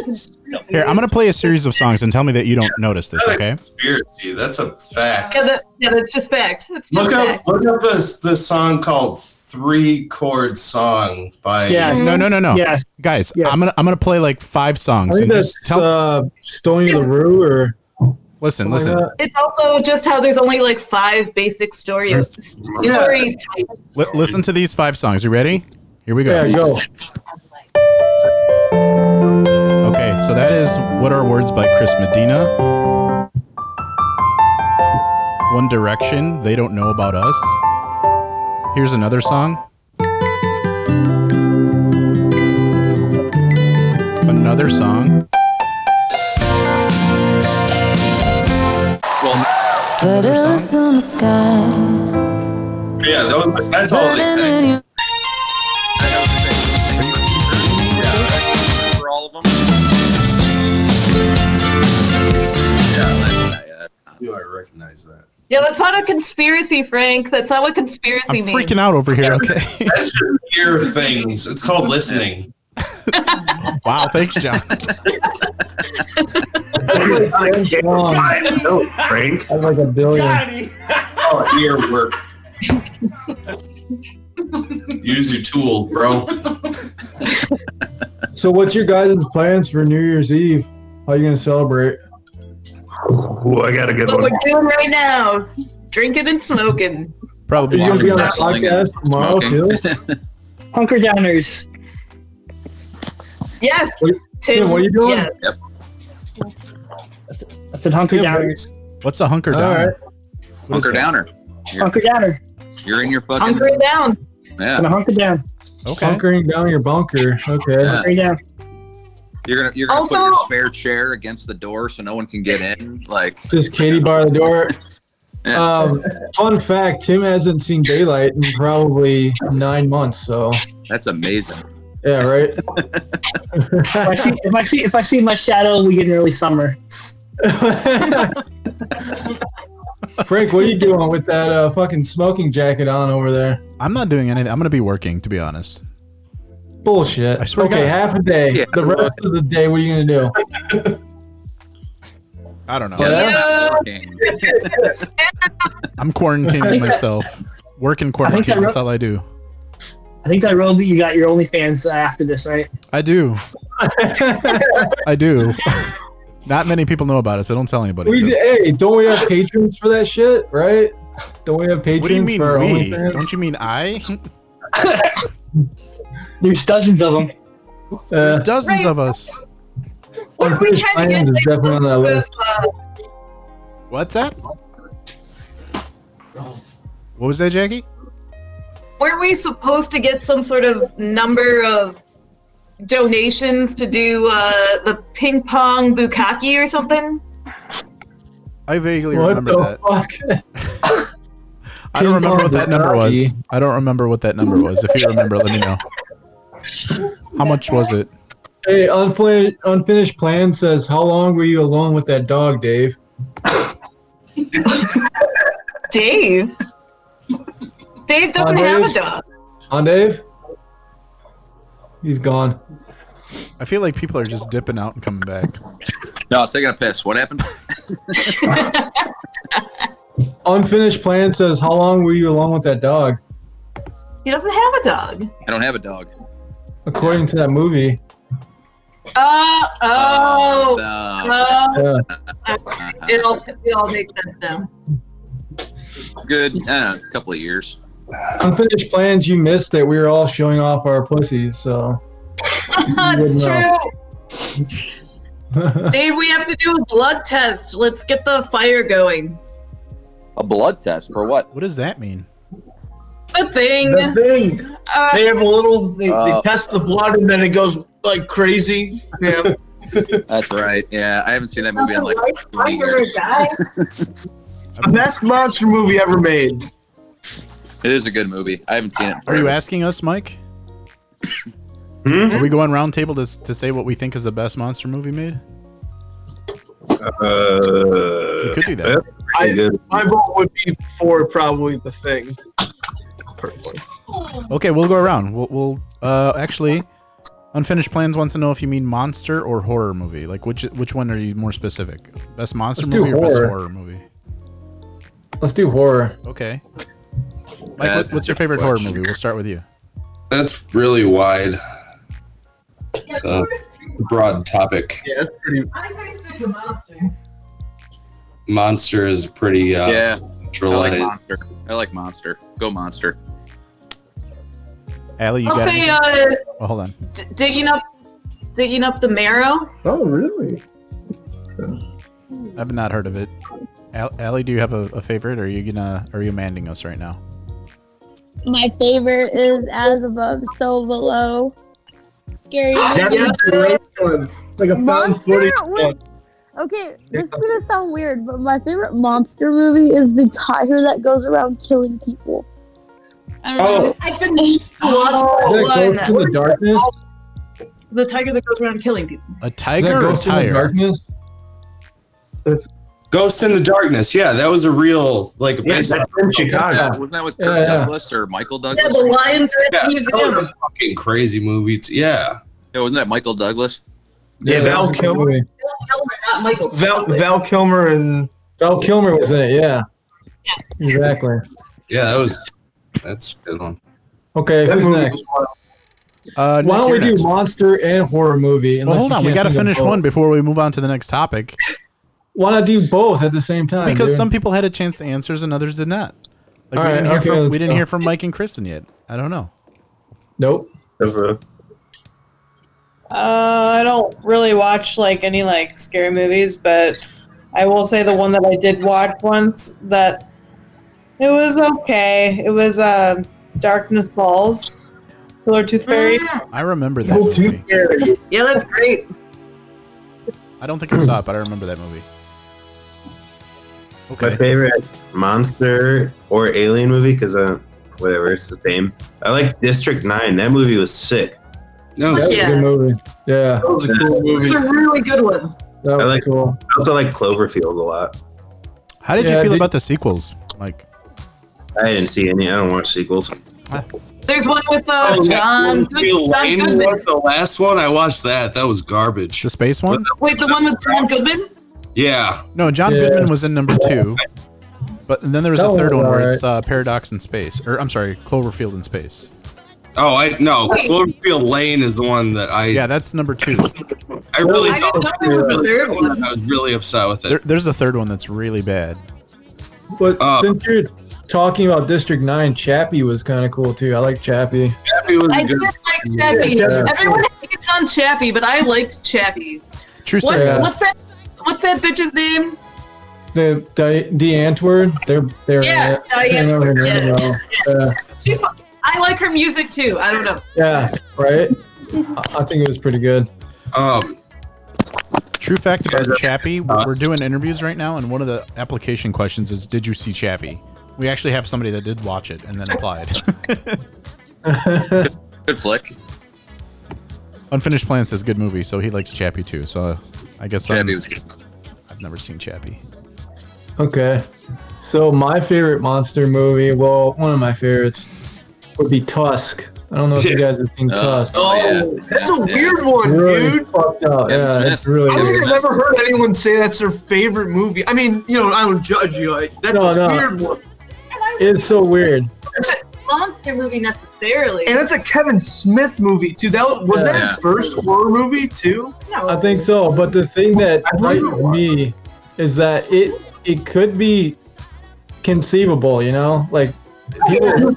[SPEAKER 1] Here, I'm gonna play a series of songs and tell me that you don't notice this,
[SPEAKER 5] Not a
[SPEAKER 1] okay?
[SPEAKER 5] Conspiracy. That's a fact.
[SPEAKER 4] Yeah, that, yeah, that's just fact. That's just
[SPEAKER 5] Look
[SPEAKER 4] fact.
[SPEAKER 5] up, look up this the song called Three Chord Song by
[SPEAKER 8] Yeah.
[SPEAKER 1] No, no, no, no,
[SPEAKER 8] Yes.
[SPEAKER 1] Oh, guys.
[SPEAKER 8] Yeah.
[SPEAKER 1] I'm gonna I'm gonna play like five
[SPEAKER 2] I
[SPEAKER 1] songs
[SPEAKER 2] think
[SPEAKER 1] and just
[SPEAKER 2] that's
[SPEAKER 1] tell.
[SPEAKER 2] uh, Stony LaRue or
[SPEAKER 1] listen,
[SPEAKER 2] something like
[SPEAKER 1] listen.
[SPEAKER 2] that.
[SPEAKER 4] It's also just how there's only like five basic story
[SPEAKER 1] Hmm.
[SPEAKER 4] story types.
[SPEAKER 1] Li- listen to these five songs. You ready? Here we go.
[SPEAKER 2] Yeah, go.
[SPEAKER 1] Okay, so that is What Are Words by Chris Medina. One Direction, They Don't Know About Us. Here's another song. Another song.
[SPEAKER 7] Well,
[SPEAKER 1] Another song.
[SPEAKER 10] in the sky.
[SPEAKER 5] yeah that was, that's all they
[SPEAKER 10] burning in
[SPEAKER 5] sang.
[SPEAKER 10] your-
[SPEAKER 7] yeah, for all of them. Yeah, that- yeah.
[SPEAKER 5] Do I recognize that?
[SPEAKER 4] Yeah, that's not a conspiracy, Frank. That's not what conspiracy
[SPEAKER 1] I'm
[SPEAKER 4] means.
[SPEAKER 1] freaking out over here, okay? *laughs*
[SPEAKER 5] That's just ear things. It's called listening.
[SPEAKER 1] wow, thanks, John.
[SPEAKER 2] That's like
[SPEAKER 5] *laughs*
[SPEAKER 2] ten songs.
[SPEAKER 5] No, Frank.
[SPEAKER 2] I have like a billion.
[SPEAKER 5] Oh, ear work. Use your tool, bro.
[SPEAKER 2] So, what's your guys' plans for New Year's Eve? How are you gonna celebrate?
[SPEAKER 11] Ooh, I got a good
[SPEAKER 4] What
[SPEAKER 11] one.
[SPEAKER 4] we're doing right now, drinking and smoking.
[SPEAKER 2] Are
[SPEAKER 1] Probably.
[SPEAKER 2] you gonna be on that
[SPEAKER 7] Wrestling is
[SPEAKER 2] podcast tomorrow
[SPEAKER 7] smoking.
[SPEAKER 2] too?
[SPEAKER 8] Hunker downers.
[SPEAKER 4] Yes, Tim,
[SPEAKER 2] Tim, what are you doing?
[SPEAKER 4] yeah.
[SPEAKER 8] I said hunker downers.
[SPEAKER 1] What's a hunker
[SPEAKER 2] All
[SPEAKER 1] down?
[SPEAKER 2] right.
[SPEAKER 1] What is
[SPEAKER 7] Hunker
[SPEAKER 1] that?
[SPEAKER 7] downer. You're,
[SPEAKER 8] Hunker downer.
[SPEAKER 7] you're in your fucking
[SPEAKER 4] Hunker it down.
[SPEAKER 8] Gonna
[SPEAKER 7] yeah.
[SPEAKER 8] hunker down.
[SPEAKER 1] Okay.
[SPEAKER 2] Bunkering down your bunker. Okay.
[SPEAKER 7] Yeah.
[SPEAKER 8] Hunker down.
[SPEAKER 7] You're gonna you're gonna put
[SPEAKER 4] Also-
[SPEAKER 7] your spare chair against the door so no one can get in. Like eh,
[SPEAKER 2] Just Katie bar the door.
[SPEAKER 7] Yeah.
[SPEAKER 2] Um, fun fact: Tim hasn't seen daylight in probably nine months. So
[SPEAKER 7] that's amazing.
[SPEAKER 2] yeah, right.
[SPEAKER 8] If I
[SPEAKER 12] *laughs*
[SPEAKER 2] *laughs*
[SPEAKER 8] see if I see if I see my shadow, we get an early summer.
[SPEAKER 2] Frank, what are you doing with that uh, fucking smoking jacket on over there?
[SPEAKER 1] I'm not doing anything. I'm gonna be working, to be honest.
[SPEAKER 2] Bullshit.
[SPEAKER 1] I swear to
[SPEAKER 2] okay,
[SPEAKER 1] God.
[SPEAKER 2] half a day.
[SPEAKER 7] Yeah.
[SPEAKER 2] the rest of the day, what are you gonna do?
[SPEAKER 1] I don't know.
[SPEAKER 7] Yeah, that's
[SPEAKER 4] Yeah.
[SPEAKER 7] not working.
[SPEAKER 1] I'm quarantining myself. Working quarantine.
[SPEAKER 8] that
[SPEAKER 1] That's all I do.
[SPEAKER 8] I think that road that you got your OnlyFans uh, after this, right?
[SPEAKER 1] I do. I do. Not many people know about it, so don't tell anybody.
[SPEAKER 2] We hey, don't we have patrons for that shit, right? Don't we have patrons
[SPEAKER 1] what do you mean
[SPEAKER 2] for our
[SPEAKER 1] we?
[SPEAKER 2] OnlyFans? Uh,
[SPEAKER 1] Don't you mean I?
[SPEAKER 8] There's dozens of them.
[SPEAKER 2] Uh,
[SPEAKER 1] There's dozens
[SPEAKER 4] Right.
[SPEAKER 1] of us.
[SPEAKER 4] What if we
[SPEAKER 2] Unfinished
[SPEAKER 4] try to get
[SPEAKER 2] Irons is
[SPEAKER 4] like,
[SPEAKER 2] definitely on that
[SPEAKER 4] with,
[SPEAKER 2] list.
[SPEAKER 4] uh,
[SPEAKER 1] What's that? What was that, Jackie?
[SPEAKER 4] weren't we supposed to get some sort of number of donations to do uh, the ping pong bukkake or something?
[SPEAKER 1] I vaguely
[SPEAKER 2] What
[SPEAKER 1] remember
[SPEAKER 2] the
[SPEAKER 1] that.
[SPEAKER 2] fuck?
[SPEAKER 1] I don't remember what that number was.
[SPEAKER 2] Kentucky.
[SPEAKER 1] I don't remember what that number was. If you remember, let me know. How much was it?
[SPEAKER 2] Hey, unfinished unfinished plan says, how long were you alone with that dog, Dave?
[SPEAKER 4] Dave. Dave doesn't
[SPEAKER 2] Uh,
[SPEAKER 4] have a
[SPEAKER 2] Dave?
[SPEAKER 4] dog.
[SPEAKER 2] On Dave? He's gone.
[SPEAKER 1] I feel like people are just dipping out and coming back.
[SPEAKER 7] No, I was taking a piss. What happened?
[SPEAKER 2] Unfinished plan says, how long were you alone with that dog?
[SPEAKER 4] He doesn't have a dog.
[SPEAKER 7] I don't have a dog.
[SPEAKER 2] According to that movie.
[SPEAKER 4] Uh,
[SPEAKER 7] Oh,
[SPEAKER 4] oh. Uh,
[SPEAKER 2] Yeah.
[SPEAKER 4] it all it all makes sense now. *laughs*
[SPEAKER 7] good. I don't know, couple of years.
[SPEAKER 2] Unfinished plans, you missed it. We were all showing off our pussies,
[SPEAKER 3] *laughs*
[SPEAKER 2] so.
[SPEAKER 4] it's
[SPEAKER 2] good
[SPEAKER 4] true.
[SPEAKER 2] enough.
[SPEAKER 4] Dave, we have to do a blood test. Let's get the fire going.
[SPEAKER 7] A blood test for what?
[SPEAKER 1] What does that mean?
[SPEAKER 4] The thing.
[SPEAKER 3] The thing
[SPEAKER 4] Uh,
[SPEAKER 3] they have a little they,
[SPEAKER 7] Uh,
[SPEAKER 3] they test the blood and then it goes like crazy. Yeah,
[SPEAKER 7] That's right. Yeah, I haven't seen that movie in like
[SPEAKER 4] I
[SPEAKER 7] 20 years.
[SPEAKER 4] die.
[SPEAKER 3] it's the best monster movie ever made.
[SPEAKER 7] It is a good movie. I haven't seen it. in
[SPEAKER 1] Are you
[SPEAKER 7] forever.
[SPEAKER 1] asking us, Mike? Are we going round table to, s- to say what we think is the best monster movie made? We
[SPEAKER 11] Uh,
[SPEAKER 1] could do that.
[SPEAKER 3] I, my vote would be for probably the thing. Personally.
[SPEAKER 1] Okay, we'll go around. We'll, we'll uh, actually, unfinished plans wants to know if you mean monster or horror movie. Like which which one are you more specific? Best monster
[SPEAKER 2] Let's do
[SPEAKER 1] movie or best
[SPEAKER 2] horror.
[SPEAKER 1] horror movie?
[SPEAKER 2] Let's do horror.
[SPEAKER 1] Okay. Mike,
[SPEAKER 7] Yeah,
[SPEAKER 1] what-
[SPEAKER 7] that's a
[SPEAKER 1] what's your
[SPEAKER 7] good
[SPEAKER 1] favorite horror
[SPEAKER 7] question.
[SPEAKER 1] movie? We'll start with you.
[SPEAKER 5] That's really wide. It's uh, a broad topic.
[SPEAKER 3] Yeah, that's pretty.
[SPEAKER 5] Monster is pretty uh,
[SPEAKER 7] Yeah, I like
[SPEAKER 5] centralized.
[SPEAKER 7] monster. I like monster. Go monster.
[SPEAKER 1] Allie, you
[SPEAKER 4] I'll
[SPEAKER 1] got
[SPEAKER 4] say
[SPEAKER 1] it.
[SPEAKER 4] uh,
[SPEAKER 1] Oh, hold on.
[SPEAKER 4] d- digging up, digging up the marrow.
[SPEAKER 11] oh, really?
[SPEAKER 1] I've not heard of it. Al- Allie, do you have a, a favorite? Or are you gonna are you manding us right now?
[SPEAKER 6] My favorite is As Above, So Below. Scary
[SPEAKER 3] That's
[SPEAKER 6] movie.
[SPEAKER 4] Yeah.
[SPEAKER 3] a great one.
[SPEAKER 11] It's like a
[SPEAKER 6] Monster? Wait. Okay, this is gonna sound weird, but my favorite monster movie is the tiger that goes around killing people. I don't
[SPEAKER 3] Oh.
[SPEAKER 6] know.
[SPEAKER 4] I've been watching that
[SPEAKER 2] Is that Ghost
[SPEAKER 4] one.
[SPEAKER 2] in the Darkness?
[SPEAKER 4] The tiger that goes around killing people.
[SPEAKER 1] A
[SPEAKER 2] Is
[SPEAKER 1] tiger
[SPEAKER 2] that
[SPEAKER 1] or a
[SPEAKER 2] Ghost in the
[SPEAKER 1] tire?
[SPEAKER 2] Darkness?
[SPEAKER 5] Ghost in the Darkness. Yeah, that was a real like.
[SPEAKER 11] Yeah,
[SPEAKER 5] based
[SPEAKER 11] that's
[SPEAKER 5] on-
[SPEAKER 11] in
[SPEAKER 3] Oh,
[SPEAKER 11] Chicago.
[SPEAKER 2] Yeah.
[SPEAKER 7] Wasn't that with
[SPEAKER 2] Yeah,
[SPEAKER 7] Kirk
[SPEAKER 2] yeah.
[SPEAKER 7] Douglas or Michael
[SPEAKER 4] Yeah,
[SPEAKER 7] Douglas?
[SPEAKER 4] the lions are at
[SPEAKER 5] Yeah, Oh,
[SPEAKER 4] the
[SPEAKER 5] that was
[SPEAKER 4] museum.
[SPEAKER 5] a fucking crazy movie. T- yeah,
[SPEAKER 7] Yeah, wasn't that Michael Douglas?
[SPEAKER 3] Yeah, Val
[SPEAKER 2] was a good
[SPEAKER 3] Kilmer.
[SPEAKER 2] movie.
[SPEAKER 4] Not Michael.
[SPEAKER 3] Val, Val Kilmer and
[SPEAKER 2] Val Kilmer was in it, yeah.
[SPEAKER 4] Yeah.
[SPEAKER 2] Exactly.
[SPEAKER 5] yeah, that was. That's a good one.
[SPEAKER 2] Okay,
[SPEAKER 3] that
[SPEAKER 2] who's
[SPEAKER 3] movie
[SPEAKER 2] next?
[SPEAKER 3] was wild.
[SPEAKER 1] Uh,
[SPEAKER 2] Why
[SPEAKER 1] Nick,
[SPEAKER 2] don't we
[SPEAKER 1] you're
[SPEAKER 2] do
[SPEAKER 1] next.
[SPEAKER 2] monster and horror movie?
[SPEAKER 1] Well,
[SPEAKER 2] unless
[SPEAKER 1] hold
[SPEAKER 2] you
[SPEAKER 1] on. We
[SPEAKER 2] can't
[SPEAKER 1] got to
[SPEAKER 2] think of
[SPEAKER 1] finish
[SPEAKER 2] both.
[SPEAKER 1] one before we move on to the next topic
[SPEAKER 2] Why not do both at the same time?
[SPEAKER 1] because
[SPEAKER 2] dude?
[SPEAKER 1] some people had a chance to answer and others did not. Like,
[SPEAKER 2] All
[SPEAKER 1] we
[SPEAKER 2] right,
[SPEAKER 1] didn't, hear,
[SPEAKER 2] okay,
[SPEAKER 1] from, we
[SPEAKER 2] let's
[SPEAKER 1] didn't
[SPEAKER 2] go.
[SPEAKER 1] hear from Mike and Kristen yet. I don't know.
[SPEAKER 2] Nope.
[SPEAKER 11] Of a-
[SPEAKER 10] Uh, I don't really watch like any like scary movies, but I will say the one that I did watch once that it was okay. It was uh, Darkness Falls, Killer Tooth Fairy.
[SPEAKER 6] Ah,
[SPEAKER 1] I remember that movie.
[SPEAKER 4] Yeah, that's great.
[SPEAKER 1] I don't think I saw it, but I remember that movie.
[SPEAKER 13] My favorite monster or alien movie because uh, whatever, it's the same. I like District Nine. That movie was sick.
[SPEAKER 2] No, that was a good movie. Yeah,
[SPEAKER 3] that was a cool
[SPEAKER 4] It's a really good one.
[SPEAKER 2] That
[SPEAKER 13] I like cool. I also like Cloverfield a lot.
[SPEAKER 1] How did
[SPEAKER 13] Yeah,
[SPEAKER 1] you feel
[SPEAKER 13] did-
[SPEAKER 1] about the sequels, Mike?
[SPEAKER 13] I didn't see any. I don't watch sequels.
[SPEAKER 4] There's one with
[SPEAKER 5] Oh,
[SPEAKER 4] uh, John.
[SPEAKER 5] Feel
[SPEAKER 4] Good, John
[SPEAKER 5] Lane
[SPEAKER 4] Goodman.
[SPEAKER 5] was the last one I watched that. That was garbage. The
[SPEAKER 1] space one?
[SPEAKER 4] Wait, the one with John Goodman?
[SPEAKER 5] Yeah.
[SPEAKER 1] No, John
[SPEAKER 5] Yeah.
[SPEAKER 1] Goodman was in number two, but and then there was
[SPEAKER 5] That
[SPEAKER 1] a
[SPEAKER 5] one
[SPEAKER 1] third
[SPEAKER 5] was
[SPEAKER 1] one where
[SPEAKER 5] alright.
[SPEAKER 1] it's uh, Paradox in Space, or I'm sorry, Cloverfield in Space.
[SPEAKER 5] Oh, I no.
[SPEAKER 4] Wait.
[SPEAKER 5] Cloverfield Lane is the one that I. Yeah,
[SPEAKER 1] that's number two.
[SPEAKER 5] I really
[SPEAKER 4] I
[SPEAKER 5] thought
[SPEAKER 4] didn't know there was a third one.
[SPEAKER 5] I was really upset with it.
[SPEAKER 1] There, there's a third one that's really bad.
[SPEAKER 2] But
[SPEAKER 3] Uh,
[SPEAKER 2] since you're talking about District Nine, Chappie was kind of cool too. I like Chappie.
[SPEAKER 5] Chappie
[SPEAKER 4] I did like Chappie.
[SPEAKER 2] Yeah.
[SPEAKER 4] Everyone hates on Chappie, but I liked Chappie.
[SPEAKER 1] True
[SPEAKER 4] What,
[SPEAKER 2] story.
[SPEAKER 4] What's that? What's that bitch's name?
[SPEAKER 2] The Di- D'Antwoord, they're they're
[SPEAKER 4] Yeah,
[SPEAKER 2] I can't remember her name
[SPEAKER 4] D'Antwoord,
[SPEAKER 2] though.
[SPEAKER 4] She's. fu- I like her music too. I don't know.
[SPEAKER 2] Yeah, yeah, right. I I think it was pretty good. *laughs*
[SPEAKER 5] Um,
[SPEAKER 1] True fact about Chappie, we're we're doing interviews right now, and one of the application questions is, "Did you see Chappie?" We actually have somebody that did watch it and then applied. *laughs*
[SPEAKER 7] Good flick.
[SPEAKER 1] Unfinished Plan says good movie, so he likes Chappie too. So I guess I'm- I've never seen Chappie.
[SPEAKER 2] Okay. So my favorite monster movie, well, one of my favorites would be Tusk. I don't know if you guys have seen Tusk.
[SPEAKER 3] Oh, that's a weird one,
[SPEAKER 2] Really
[SPEAKER 3] oh, dude.
[SPEAKER 2] fucked up. Yeah, it's really
[SPEAKER 3] I don't think
[SPEAKER 2] weird.
[SPEAKER 3] I've ever heard anyone say that's their favorite movie. I mean, you know, I don't judge you. I, that's
[SPEAKER 2] No,
[SPEAKER 3] a
[SPEAKER 2] no.
[SPEAKER 3] weird one.
[SPEAKER 2] It's so weird.
[SPEAKER 4] Monster movie necessarily.
[SPEAKER 3] And that's a Kevin Smith movie too. That was that his
[SPEAKER 2] Yeah.
[SPEAKER 3] first horror movie too.
[SPEAKER 2] I think so. But the thing that frightens me is that it it could be conceivable, you know? Like people are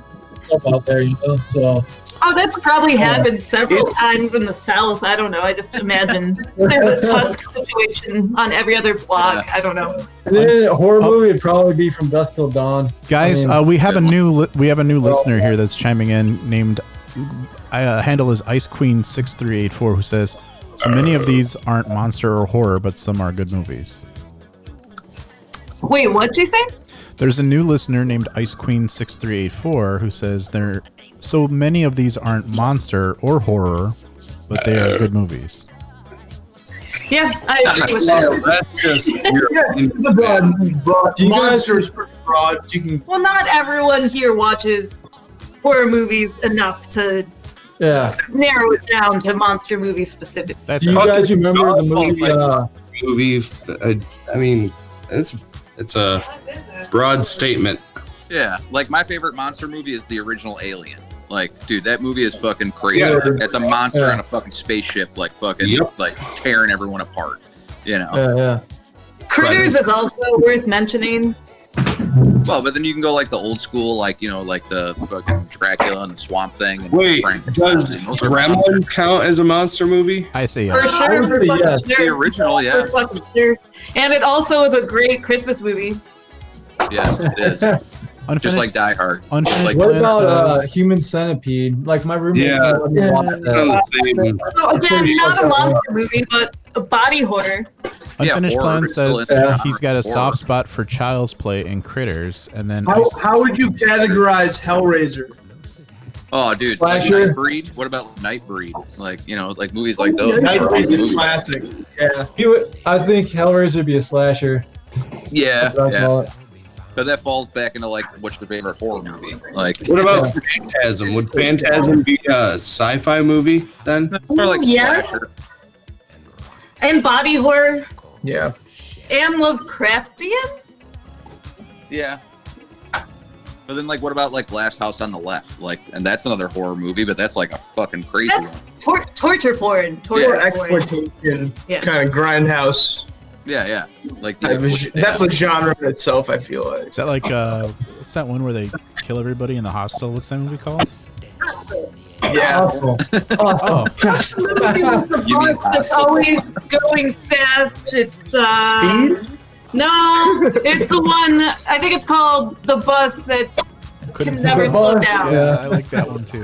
[SPEAKER 2] fucked up out there, you know. So
[SPEAKER 4] Oh, that's probably
[SPEAKER 2] Yeah.
[SPEAKER 4] happened several times in the South. I don't know. I just imagine there's a
[SPEAKER 2] *laughs*
[SPEAKER 4] Tusk situation on every other block. I don't know.
[SPEAKER 2] and then a horror
[SPEAKER 7] Oh.
[SPEAKER 2] movie would probably be from Dusk Till Dawn.
[SPEAKER 1] Guys,
[SPEAKER 2] I mean,
[SPEAKER 1] uh, we have a new li- we have a new listener here that's chiming in named uh, handle is Ice Queen six three eight four who says so many of these aren't monster or horror, but some are good movies.
[SPEAKER 4] Wait, what'd you say?
[SPEAKER 1] There's a new listener named Ice Queen six three eight four who says there so many of these aren't monster or horror, but they are good movies.
[SPEAKER 4] Yeah, I agree with that.
[SPEAKER 5] That's
[SPEAKER 4] *laughs*
[SPEAKER 5] just
[SPEAKER 3] broad,
[SPEAKER 13] um,
[SPEAKER 4] Do you guys-
[SPEAKER 3] monsters pretty broad. You can
[SPEAKER 4] Well, not everyone here watches horror movies enough to
[SPEAKER 2] yeah.
[SPEAKER 4] narrow it down to monster movies specifically.
[SPEAKER 2] Do you guys remember the movie? Uh,
[SPEAKER 5] movie. f- I, I mean, it's it's a broad statement.
[SPEAKER 7] Yeah, like my favorite monster movie is the original Alien. Like, dude, that movie is fucking crazy.
[SPEAKER 5] Yeah.
[SPEAKER 7] It's a monster
[SPEAKER 5] Yeah.
[SPEAKER 7] on a fucking spaceship, like fucking
[SPEAKER 5] Yep.
[SPEAKER 7] like tearing everyone apart. You know.
[SPEAKER 2] yeah, yeah.
[SPEAKER 4] Critters is also worth mentioning.
[SPEAKER 7] Well, but then you can go like the old school, like you know, like the fucking Dracula and the Swamp Thing. And
[SPEAKER 5] Wait,
[SPEAKER 7] Frankenstein.
[SPEAKER 5] does
[SPEAKER 7] Those are monsters.
[SPEAKER 5] Gremlins count as a monster movie?
[SPEAKER 1] I say
[SPEAKER 4] For sure, for fucking sure.
[SPEAKER 7] The original, yeah.
[SPEAKER 4] For fucking sure. And it also is a great Christmas movie.
[SPEAKER 7] Yes, it
[SPEAKER 5] *laughs*
[SPEAKER 2] *laughs*
[SPEAKER 7] is.
[SPEAKER 1] Unfinished-
[SPEAKER 7] Just like Die Hard.
[SPEAKER 1] Unfinished
[SPEAKER 7] Like,
[SPEAKER 2] what about uh,
[SPEAKER 1] says-
[SPEAKER 2] Human Centipede? Like my roommate.
[SPEAKER 7] Yeah.
[SPEAKER 2] let me watch that.
[SPEAKER 4] So again, not a monster movie, but a body horror.
[SPEAKER 1] Unfinished
[SPEAKER 4] horror
[SPEAKER 1] Plan
[SPEAKER 4] is still
[SPEAKER 1] says
[SPEAKER 4] in the genre
[SPEAKER 1] he's got a
[SPEAKER 4] of horror.
[SPEAKER 1] soft spot for Child's Play and Critters, and then
[SPEAKER 3] how,
[SPEAKER 1] Ice-
[SPEAKER 3] how would you categorize Hellraiser?
[SPEAKER 7] Oh, dude,
[SPEAKER 3] Slasher.
[SPEAKER 7] like Nightbreed. What about Nightbreed? Like you know, like movies like
[SPEAKER 5] Oh,
[SPEAKER 7] those.
[SPEAKER 3] Nightbreed's a
[SPEAKER 7] Movies.
[SPEAKER 3] classic. Yeah.
[SPEAKER 2] He would, I think Hellraiser would be a slasher.
[SPEAKER 7] Yeah,
[SPEAKER 2] That's what I
[SPEAKER 7] yeah.
[SPEAKER 2] call it.
[SPEAKER 7] But that falls back into like what's your favorite horror movie? Like
[SPEAKER 5] What about Phantasm? Would Phantasm be a sci-fi movie then?
[SPEAKER 4] Or like Oh, Yes. slasher. And body horror.
[SPEAKER 5] Yeah.
[SPEAKER 4] And Lovecraftian?
[SPEAKER 7] Yeah. But then like what about like Last House on the Left? Like and that's another horror movie, but that's like a fucking crazy
[SPEAKER 4] That's
[SPEAKER 7] one.
[SPEAKER 4] tor- torture porn. Torture
[SPEAKER 7] Yeah,
[SPEAKER 4] porn.
[SPEAKER 3] exploitation
[SPEAKER 4] Yeah.
[SPEAKER 3] kind of grindhouse.
[SPEAKER 7] Yeah, yeah. Like
[SPEAKER 3] type of gen- that's a genre in itself. I feel like.
[SPEAKER 1] Is that like uh, what's that one where they kill everybody in the hostel? What's that movie called?
[SPEAKER 7] *laughs*
[SPEAKER 2] Awful.
[SPEAKER 7] Oh.
[SPEAKER 2] Awful.
[SPEAKER 4] *laughs*
[SPEAKER 1] Oh,
[SPEAKER 4] It's always going fast. It's uh,
[SPEAKER 6] um,
[SPEAKER 4] no, it's the one. I think it's called the bus that can
[SPEAKER 2] *laughs*
[SPEAKER 4] never slow down.
[SPEAKER 1] Yeah, I like that one too.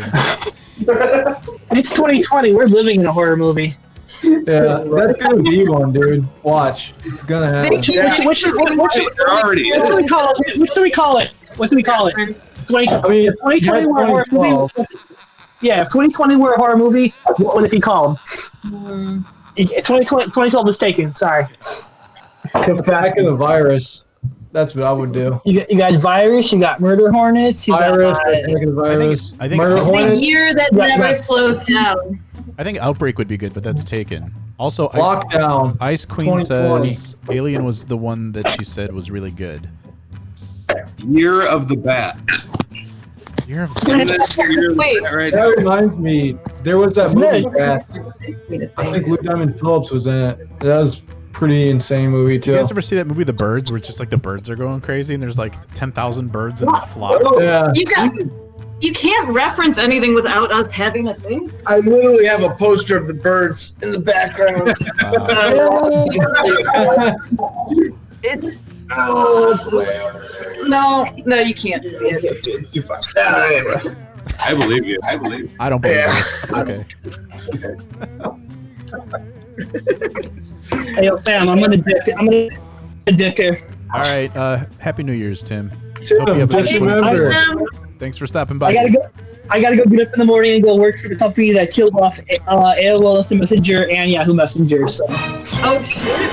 [SPEAKER 8] It's 2020. We're living in a horror movie.
[SPEAKER 2] Yeah, that's gonna be one, dude. Watch, it's gonna happen.
[SPEAKER 8] What should, what should- what should- what should- what should we call it? What should we call it? What do we call it? 20,
[SPEAKER 2] I mean,
[SPEAKER 8] 2020 were a horror movie.
[SPEAKER 2] 2012.
[SPEAKER 8] Yeah, if 2020 were a horror movie, what would it be called? 2020, 2012 was taken. Sorry.
[SPEAKER 2] Back of the virus. That's what I would do.
[SPEAKER 8] You got, you got virus. You got murder hornets. You
[SPEAKER 2] Virus,
[SPEAKER 8] got uh,
[SPEAKER 2] Attack of the virus.
[SPEAKER 1] I think-
[SPEAKER 2] Murder
[SPEAKER 1] The
[SPEAKER 2] Hornet.
[SPEAKER 4] Year that
[SPEAKER 8] Right,
[SPEAKER 4] never
[SPEAKER 8] right.
[SPEAKER 4] slows down.
[SPEAKER 1] I think Outbreak would be good, but that's taken. Also, Ice-
[SPEAKER 2] Lockdown,
[SPEAKER 1] Ice, Queen
[SPEAKER 2] 2020.
[SPEAKER 1] says Alien was the one that she said was really good.
[SPEAKER 5] Year of the Bat.
[SPEAKER 1] Year of
[SPEAKER 4] Wait,
[SPEAKER 2] That reminds me, there was that
[SPEAKER 8] Isn't
[SPEAKER 2] movie.
[SPEAKER 8] it-
[SPEAKER 2] Rats. I think Lou Diamond Phillips was in it. That was pretty insane movie
[SPEAKER 1] You
[SPEAKER 2] too.
[SPEAKER 1] guys ever see that movie The Birds, where it's just like the birds are going crazy and there's like ten thousand birds in the flock?
[SPEAKER 2] Yeah.
[SPEAKER 4] you got. You can't reference anything without us having a thing.
[SPEAKER 3] I literally have a poster of the birds in the background. *laughs*
[SPEAKER 1] Uh,
[SPEAKER 4] It's
[SPEAKER 3] oh, that's hilarious.
[SPEAKER 4] no, no, you can't. do it.
[SPEAKER 5] I believe you. I believe.
[SPEAKER 1] I don't believe it. It's okay.
[SPEAKER 8] Hey, yo, fam, I'm gonna dip. I'm gonna dip here.
[SPEAKER 1] All right. Uh, Happy New Year's, Tim.
[SPEAKER 2] Tim,
[SPEAKER 1] Hope you have a
[SPEAKER 2] just
[SPEAKER 1] good one.
[SPEAKER 2] remember.
[SPEAKER 4] um,
[SPEAKER 1] Thanks for stopping by.
[SPEAKER 8] I gotta go. I gotta go get up in the morning and go work for the company that killed off uh, AOL Instant Messenger and Yahoo Messenger. So
[SPEAKER 4] Oh shit!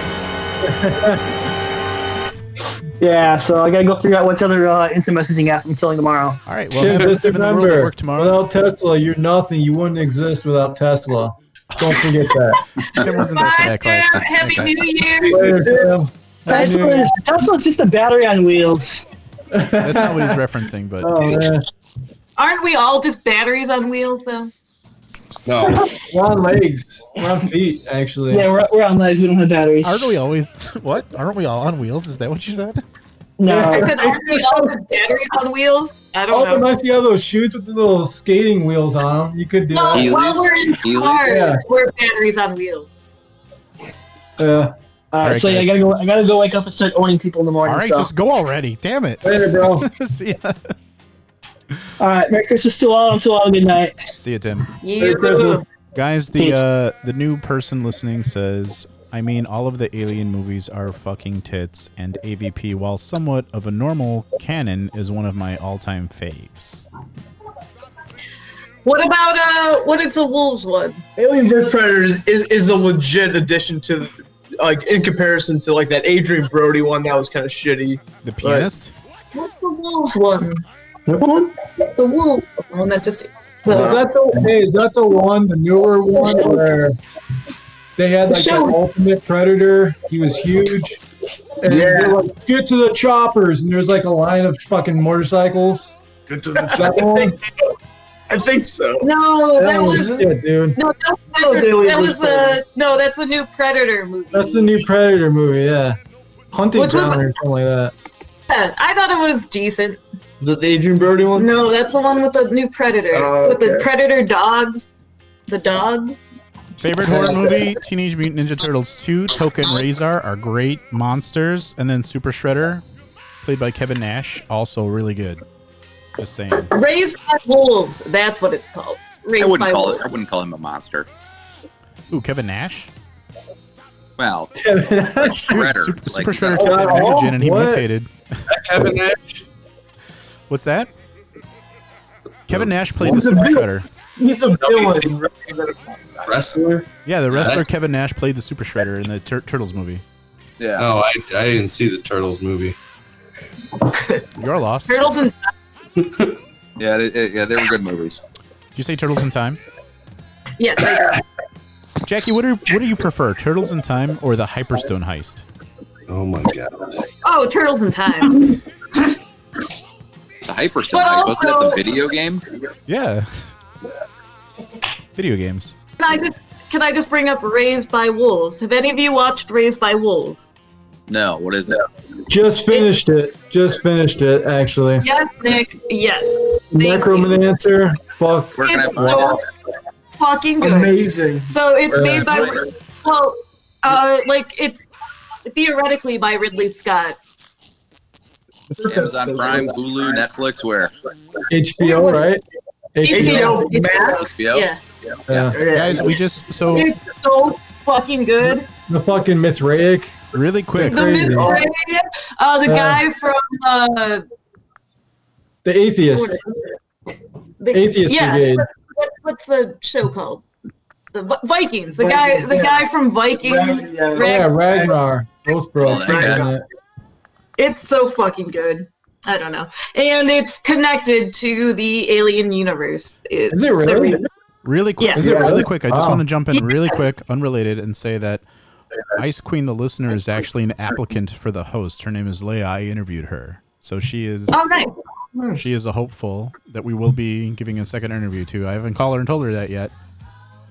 [SPEAKER 8] *laughs* yeah, so I gotta go figure out which other uh, instant messaging app I'm killing tomorrow.
[SPEAKER 1] All right.
[SPEAKER 2] Tim,
[SPEAKER 1] Well, have
[SPEAKER 2] just
[SPEAKER 1] have in the world at
[SPEAKER 2] remember,
[SPEAKER 1] work tomorrow.
[SPEAKER 2] without Tesla, you're nothing. You wouldn't exist without Tesla. Don't
[SPEAKER 1] *laughs*
[SPEAKER 2] forget that.
[SPEAKER 1] Tim wasn't there for
[SPEAKER 4] Bye,
[SPEAKER 1] that
[SPEAKER 8] *laughs*
[SPEAKER 4] Tim.
[SPEAKER 1] class.
[SPEAKER 4] Happy
[SPEAKER 1] Okay.
[SPEAKER 4] New Year.
[SPEAKER 2] Later, Tim.
[SPEAKER 8] Tesla is, Tesla's just a battery on wheels.
[SPEAKER 1] That's not what he's referencing, but
[SPEAKER 2] Oh man,
[SPEAKER 4] Aren't we all just batteries on wheels, though?
[SPEAKER 5] No.
[SPEAKER 2] *laughs* we're on legs, we're on feet, actually.
[SPEAKER 8] Yeah, we're, we're on legs. We don't have batteries.
[SPEAKER 1] aren't we always *laughs* what? Aren't we all on wheels? Is that what you said? *laughs*
[SPEAKER 8] No.
[SPEAKER 2] Uh,
[SPEAKER 4] I said, aren't we all just batteries on wheels? I don't
[SPEAKER 2] Oh,
[SPEAKER 4] know.
[SPEAKER 2] unless you have those shoes with the little skating wheels on them, you could do
[SPEAKER 4] No,
[SPEAKER 2] that.
[SPEAKER 4] while we're in
[SPEAKER 7] Heelys?
[SPEAKER 4] cars,
[SPEAKER 2] Yeah.
[SPEAKER 4] we're batteries on wheels.
[SPEAKER 2] Yeah.
[SPEAKER 8] All right,
[SPEAKER 1] Alright,
[SPEAKER 8] so yeah, I
[SPEAKER 1] guys.
[SPEAKER 8] gotta go. I gotta go wake up and start owning people in the morning.
[SPEAKER 1] All right,
[SPEAKER 8] so.
[SPEAKER 1] just go already. Damn it.
[SPEAKER 2] Later, bro.
[SPEAKER 1] *laughs* see ya.
[SPEAKER 8] all right. Merry Christmas to all. And to all, good night.
[SPEAKER 1] See ya, Tim.
[SPEAKER 2] Merry Christmas.
[SPEAKER 1] Guys, the
[SPEAKER 8] Peace.
[SPEAKER 1] uh, the new person listening says, I mean, all of the alien movies are fucking tits, and AVP, while somewhat of a normal canon, is one of my all time faves.
[SPEAKER 4] What about uh? What is the wolves one?
[SPEAKER 3] Alien vs Predator is, is, is a legit addition to, like, in comparison to like that Adrian Brody one that was kind of shitty.
[SPEAKER 1] The pianist?
[SPEAKER 4] What's the wolves one?
[SPEAKER 2] Which one?
[SPEAKER 4] The wolves one that just.
[SPEAKER 2] Is that the hey, is that the one, the newer one where they had like that
[SPEAKER 4] Sure.
[SPEAKER 2] ultimate predator? He was huge. And
[SPEAKER 3] Yeah.
[SPEAKER 2] they were like, get to the choppers, and there's like a line of fucking motorcycles.
[SPEAKER 5] Good to the
[SPEAKER 4] *laughs*
[SPEAKER 2] That one,
[SPEAKER 3] I think so.
[SPEAKER 4] no, that,
[SPEAKER 2] that was
[SPEAKER 4] was.
[SPEAKER 2] it, dude.
[SPEAKER 4] No, that,
[SPEAKER 2] Oh,
[SPEAKER 4] that,
[SPEAKER 2] Alien
[SPEAKER 4] that
[SPEAKER 2] vs.
[SPEAKER 4] was uh, no. That's a new Predator movie.
[SPEAKER 2] That's the new Predator movie, yeah. Hunting
[SPEAKER 4] Which was-
[SPEAKER 2] Ground or something like that.
[SPEAKER 4] Yeah, I thought it was decent.
[SPEAKER 3] Was it the Adrian Brody one?
[SPEAKER 4] No, that's the one with the new Predator,
[SPEAKER 3] Oh,
[SPEAKER 4] with the
[SPEAKER 3] okay.
[SPEAKER 4] Predator dogs, the dogs.
[SPEAKER 1] Favorite horror movie? Teenage Mutant Ninja Turtles 2, Token Razor are great monsters, and then Super Shredder, played by Kevin Nash, also really good. Just saying.
[SPEAKER 4] Raised by Wolves. That's what it's called.
[SPEAKER 7] I
[SPEAKER 4] Raised
[SPEAKER 7] wouldn't
[SPEAKER 4] by
[SPEAKER 7] call
[SPEAKER 4] Wolves.
[SPEAKER 7] it. I wouldn't call him a monster.
[SPEAKER 1] Ooh, Kevin Nash?
[SPEAKER 7] Well,
[SPEAKER 1] Dude,
[SPEAKER 7] Shredder.
[SPEAKER 1] Super,
[SPEAKER 7] like,
[SPEAKER 1] Super Shredder
[SPEAKER 7] you
[SPEAKER 1] took
[SPEAKER 7] know,
[SPEAKER 1] that mutagen and he
[SPEAKER 2] What?
[SPEAKER 1] mutated.
[SPEAKER 5] Kevin Nash.
[SPEAKER 1] What's that? Kevin Nash played the
[SPEAKER 2] What's
[SPEAKER 1] Super
[SPEAKER 2] the deal?
[SPEAKER 1] Shredder.
[SPEAKER 2] He's a villain.
[SPEAKER 5] Wrestler.
[SPEAKER 1] Yeah, the
[SPEAKER 5] Yeah,
[SPEAKER 1] wrestler
[SPEAKER 5] that-
[SPEAKER 1] Kevin Nash played the Super Shredder in the Tur- Turtles movie.
[SPEAKER 7] Yeah.
[SPEAKER 5] Oh, I, I didn't see the Turtles movie.
[SPEAKER 1] You're lost. Did
[SPEAKER 4] Turtles and
[SPEAKER 7] Yeah, they, eh, yeah, they were good movies.
[SPEAKER 1] you say Turtles in Time?
[SPEAKER 4] yes, I do.
[SPEAKER 1] Jackie, what, are, what do you prefer, Turtles in Time or the Hyperstone Heist?
[SPEAKER 5] Oh my god.
[SPEAKER 4] oh, Turtles in Time.
[SPEAKER 7] The Hyper
[SPEAKER 4] But
[SPEAKER 7] Sonic, wasn't that the
[SPEAKER 4] also-
[SPEAKER 7] video game?
[SPEAKER 1] Yeah. *laughs* Video games.
[SPEAKER 4] Can I just can I just bring up Raised by Wolves? Have any of you watched Raised by Wolves?
[SPEAKER 7] No, what is it?
[SPEAKER 2] Just finished it. Just finished it, actually.
[SPEAKER 4] Yes, Nick. Yes. Thank you.
[SPEAKER 2] Necromancer. Fuck.
[SPEAKER 7] Where can I
[SPEAKER 4] It's
[SPEAKER 7] find
[SPEAKER 4] so-
[SPEAKER 7] it?
[SPEAKER 4] fucking good.
[SPEAKER 2] Amazing.
[SPEAKER 4] So it's
[SPEAKER 7] Where
[SPEAKER 4] made
[SPEAKER 7] can I
[SPEAKER 4] by
[SPEAKER 7] find it?
[SPEAKER 4] well, uh, like it's theoretically by Ridley Scott.
[SPEAKER 7] Amazon Prime, Hulu, Netflix, where?
[SPEAKER 2] HBO, right?
[SPEAKER 4] HBO,
[SPEAKER 7] HBO?
[SPEAKER 4] Yeah.
[SPEAKER 2] Yeah.
[SPEAKER 1] Guys, we just so
[SPEAKER 4] It's so fucking good.
[SPEAKER 2] The fucking Mithraic.
[SPEAKER 1] Really quick.
[SPEAKER 4] The Mystery, uh,
[SPEAKER 2] Yeah.
[SPEAKER 4] the guy from uh,
[SPEAKER 2] The atheist.
[SPEAKER 4] the
[SPEAKER 2] Atheist
[SPEAKER 4] yeah, *laughs*
[SPEAKER 2] Brigade.
[SPEAKER 4] what- what's the show called? The Vi- Vikings. The guy,
[SPEAKER 2] Vikings,
[SPEAKER 4] the
[SPEAKER 2] yeah.
[SPEAKER 4] guy from Vikings.
[SPEAKER 2] yeah,
[SPEAKER 4] Rag-
[SPEAKER 2] Ragnar. Both bro.
[SPEAKER 7] Oh, that guy.
[SPEAKER 4] It's so fucking good. I don't know, and it's connected to the alien universe. It's
[SPEAKER 2] Is it really?
[SPEAKER 4] the reason-
[SPEAKER 1] Really quick,
[SPEAKER 4] Yeah.
[SPEAKER 1] is
[SPEAKER 4] Yeah.
[SPEAKER 1] it really quick. I just
[SPEAKER 4] Wow.
[SPEAKER 1] want to jump in really quick, unrelated, and say that Ice Queen, the listener, is actually an applicant for the host. Her name is Leia. I interviewed her, so she is.
[SPEAKER 4] Oh, nice.
[SPEAKER 1] She is a hopeful that we will be giving a second interview to. I haven't called her and told her that yet,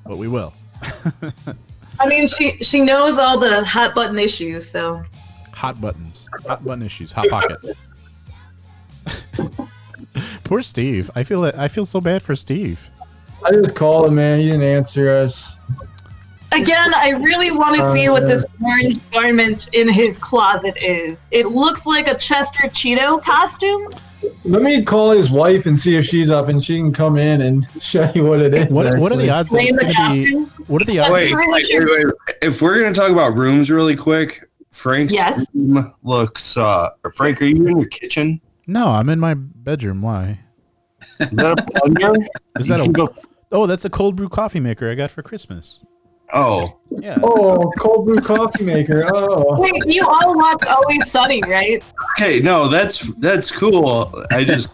[SPEAKER 1] but we will.
[SPEAKER 4] I mean, she she knows all the hot button issues, so
[SPEAKER 1] Hot buttons, hot button issues, hot pocket. *laughs* Poor Steve. I feel I feel so bad for Steve.
[SPEAKER 2] I just called him, man. He didn't answer us.
[SPEAKER 4] Again, I really want
[SPEAKER 1] Uh,
[SPEAKER 4] to see what this orange garment in his closet is. It looks like a Chester Cheeto costume.
[SPEAKER 2] Let me call his wife and see if she's up, and she can come in and *laughs* show you what it is.
[SPEAKER 1] What, what are the odds? That
[SPEAKER 4] Explain
[SPEAKER 1] it's
[SPEAKER 4] the
[SPEAKER 1] gonna be,
[SPEAKER 4] costume.
[SPEAKER 1] what are the odds?
[SPEAKER 5] Wait, wait, wait, wait. If we're gonna talk about rooms really quick, Frank's
[SPEAKER 4] Yes.
[SPEAKER 5] room looks. Uh, Frank, are you in your kitchen?
[SPEAKER 1] No, I'm in my bedroom. Why?
[SPEAKER 5] Is that a plunger?
[SPEAKER 1] Is
[SPEAKER 5] You
[SPEAKER 1] that
[SPEAKER 5] can go-
[SPEAKER 1] a? Oh, that's a cold brew coffee maker I got for Christmas.
[SPEAKER 5] Oh,
[SPEAKER 1] Yeah.
[SPEAKER 2] Oh, cold brew coffee maker. Oh.
[SPEAKER 4] Wait, you all watch Always Sunny, right?
[SPEAKER 5] okay. No, that's that's cool. I just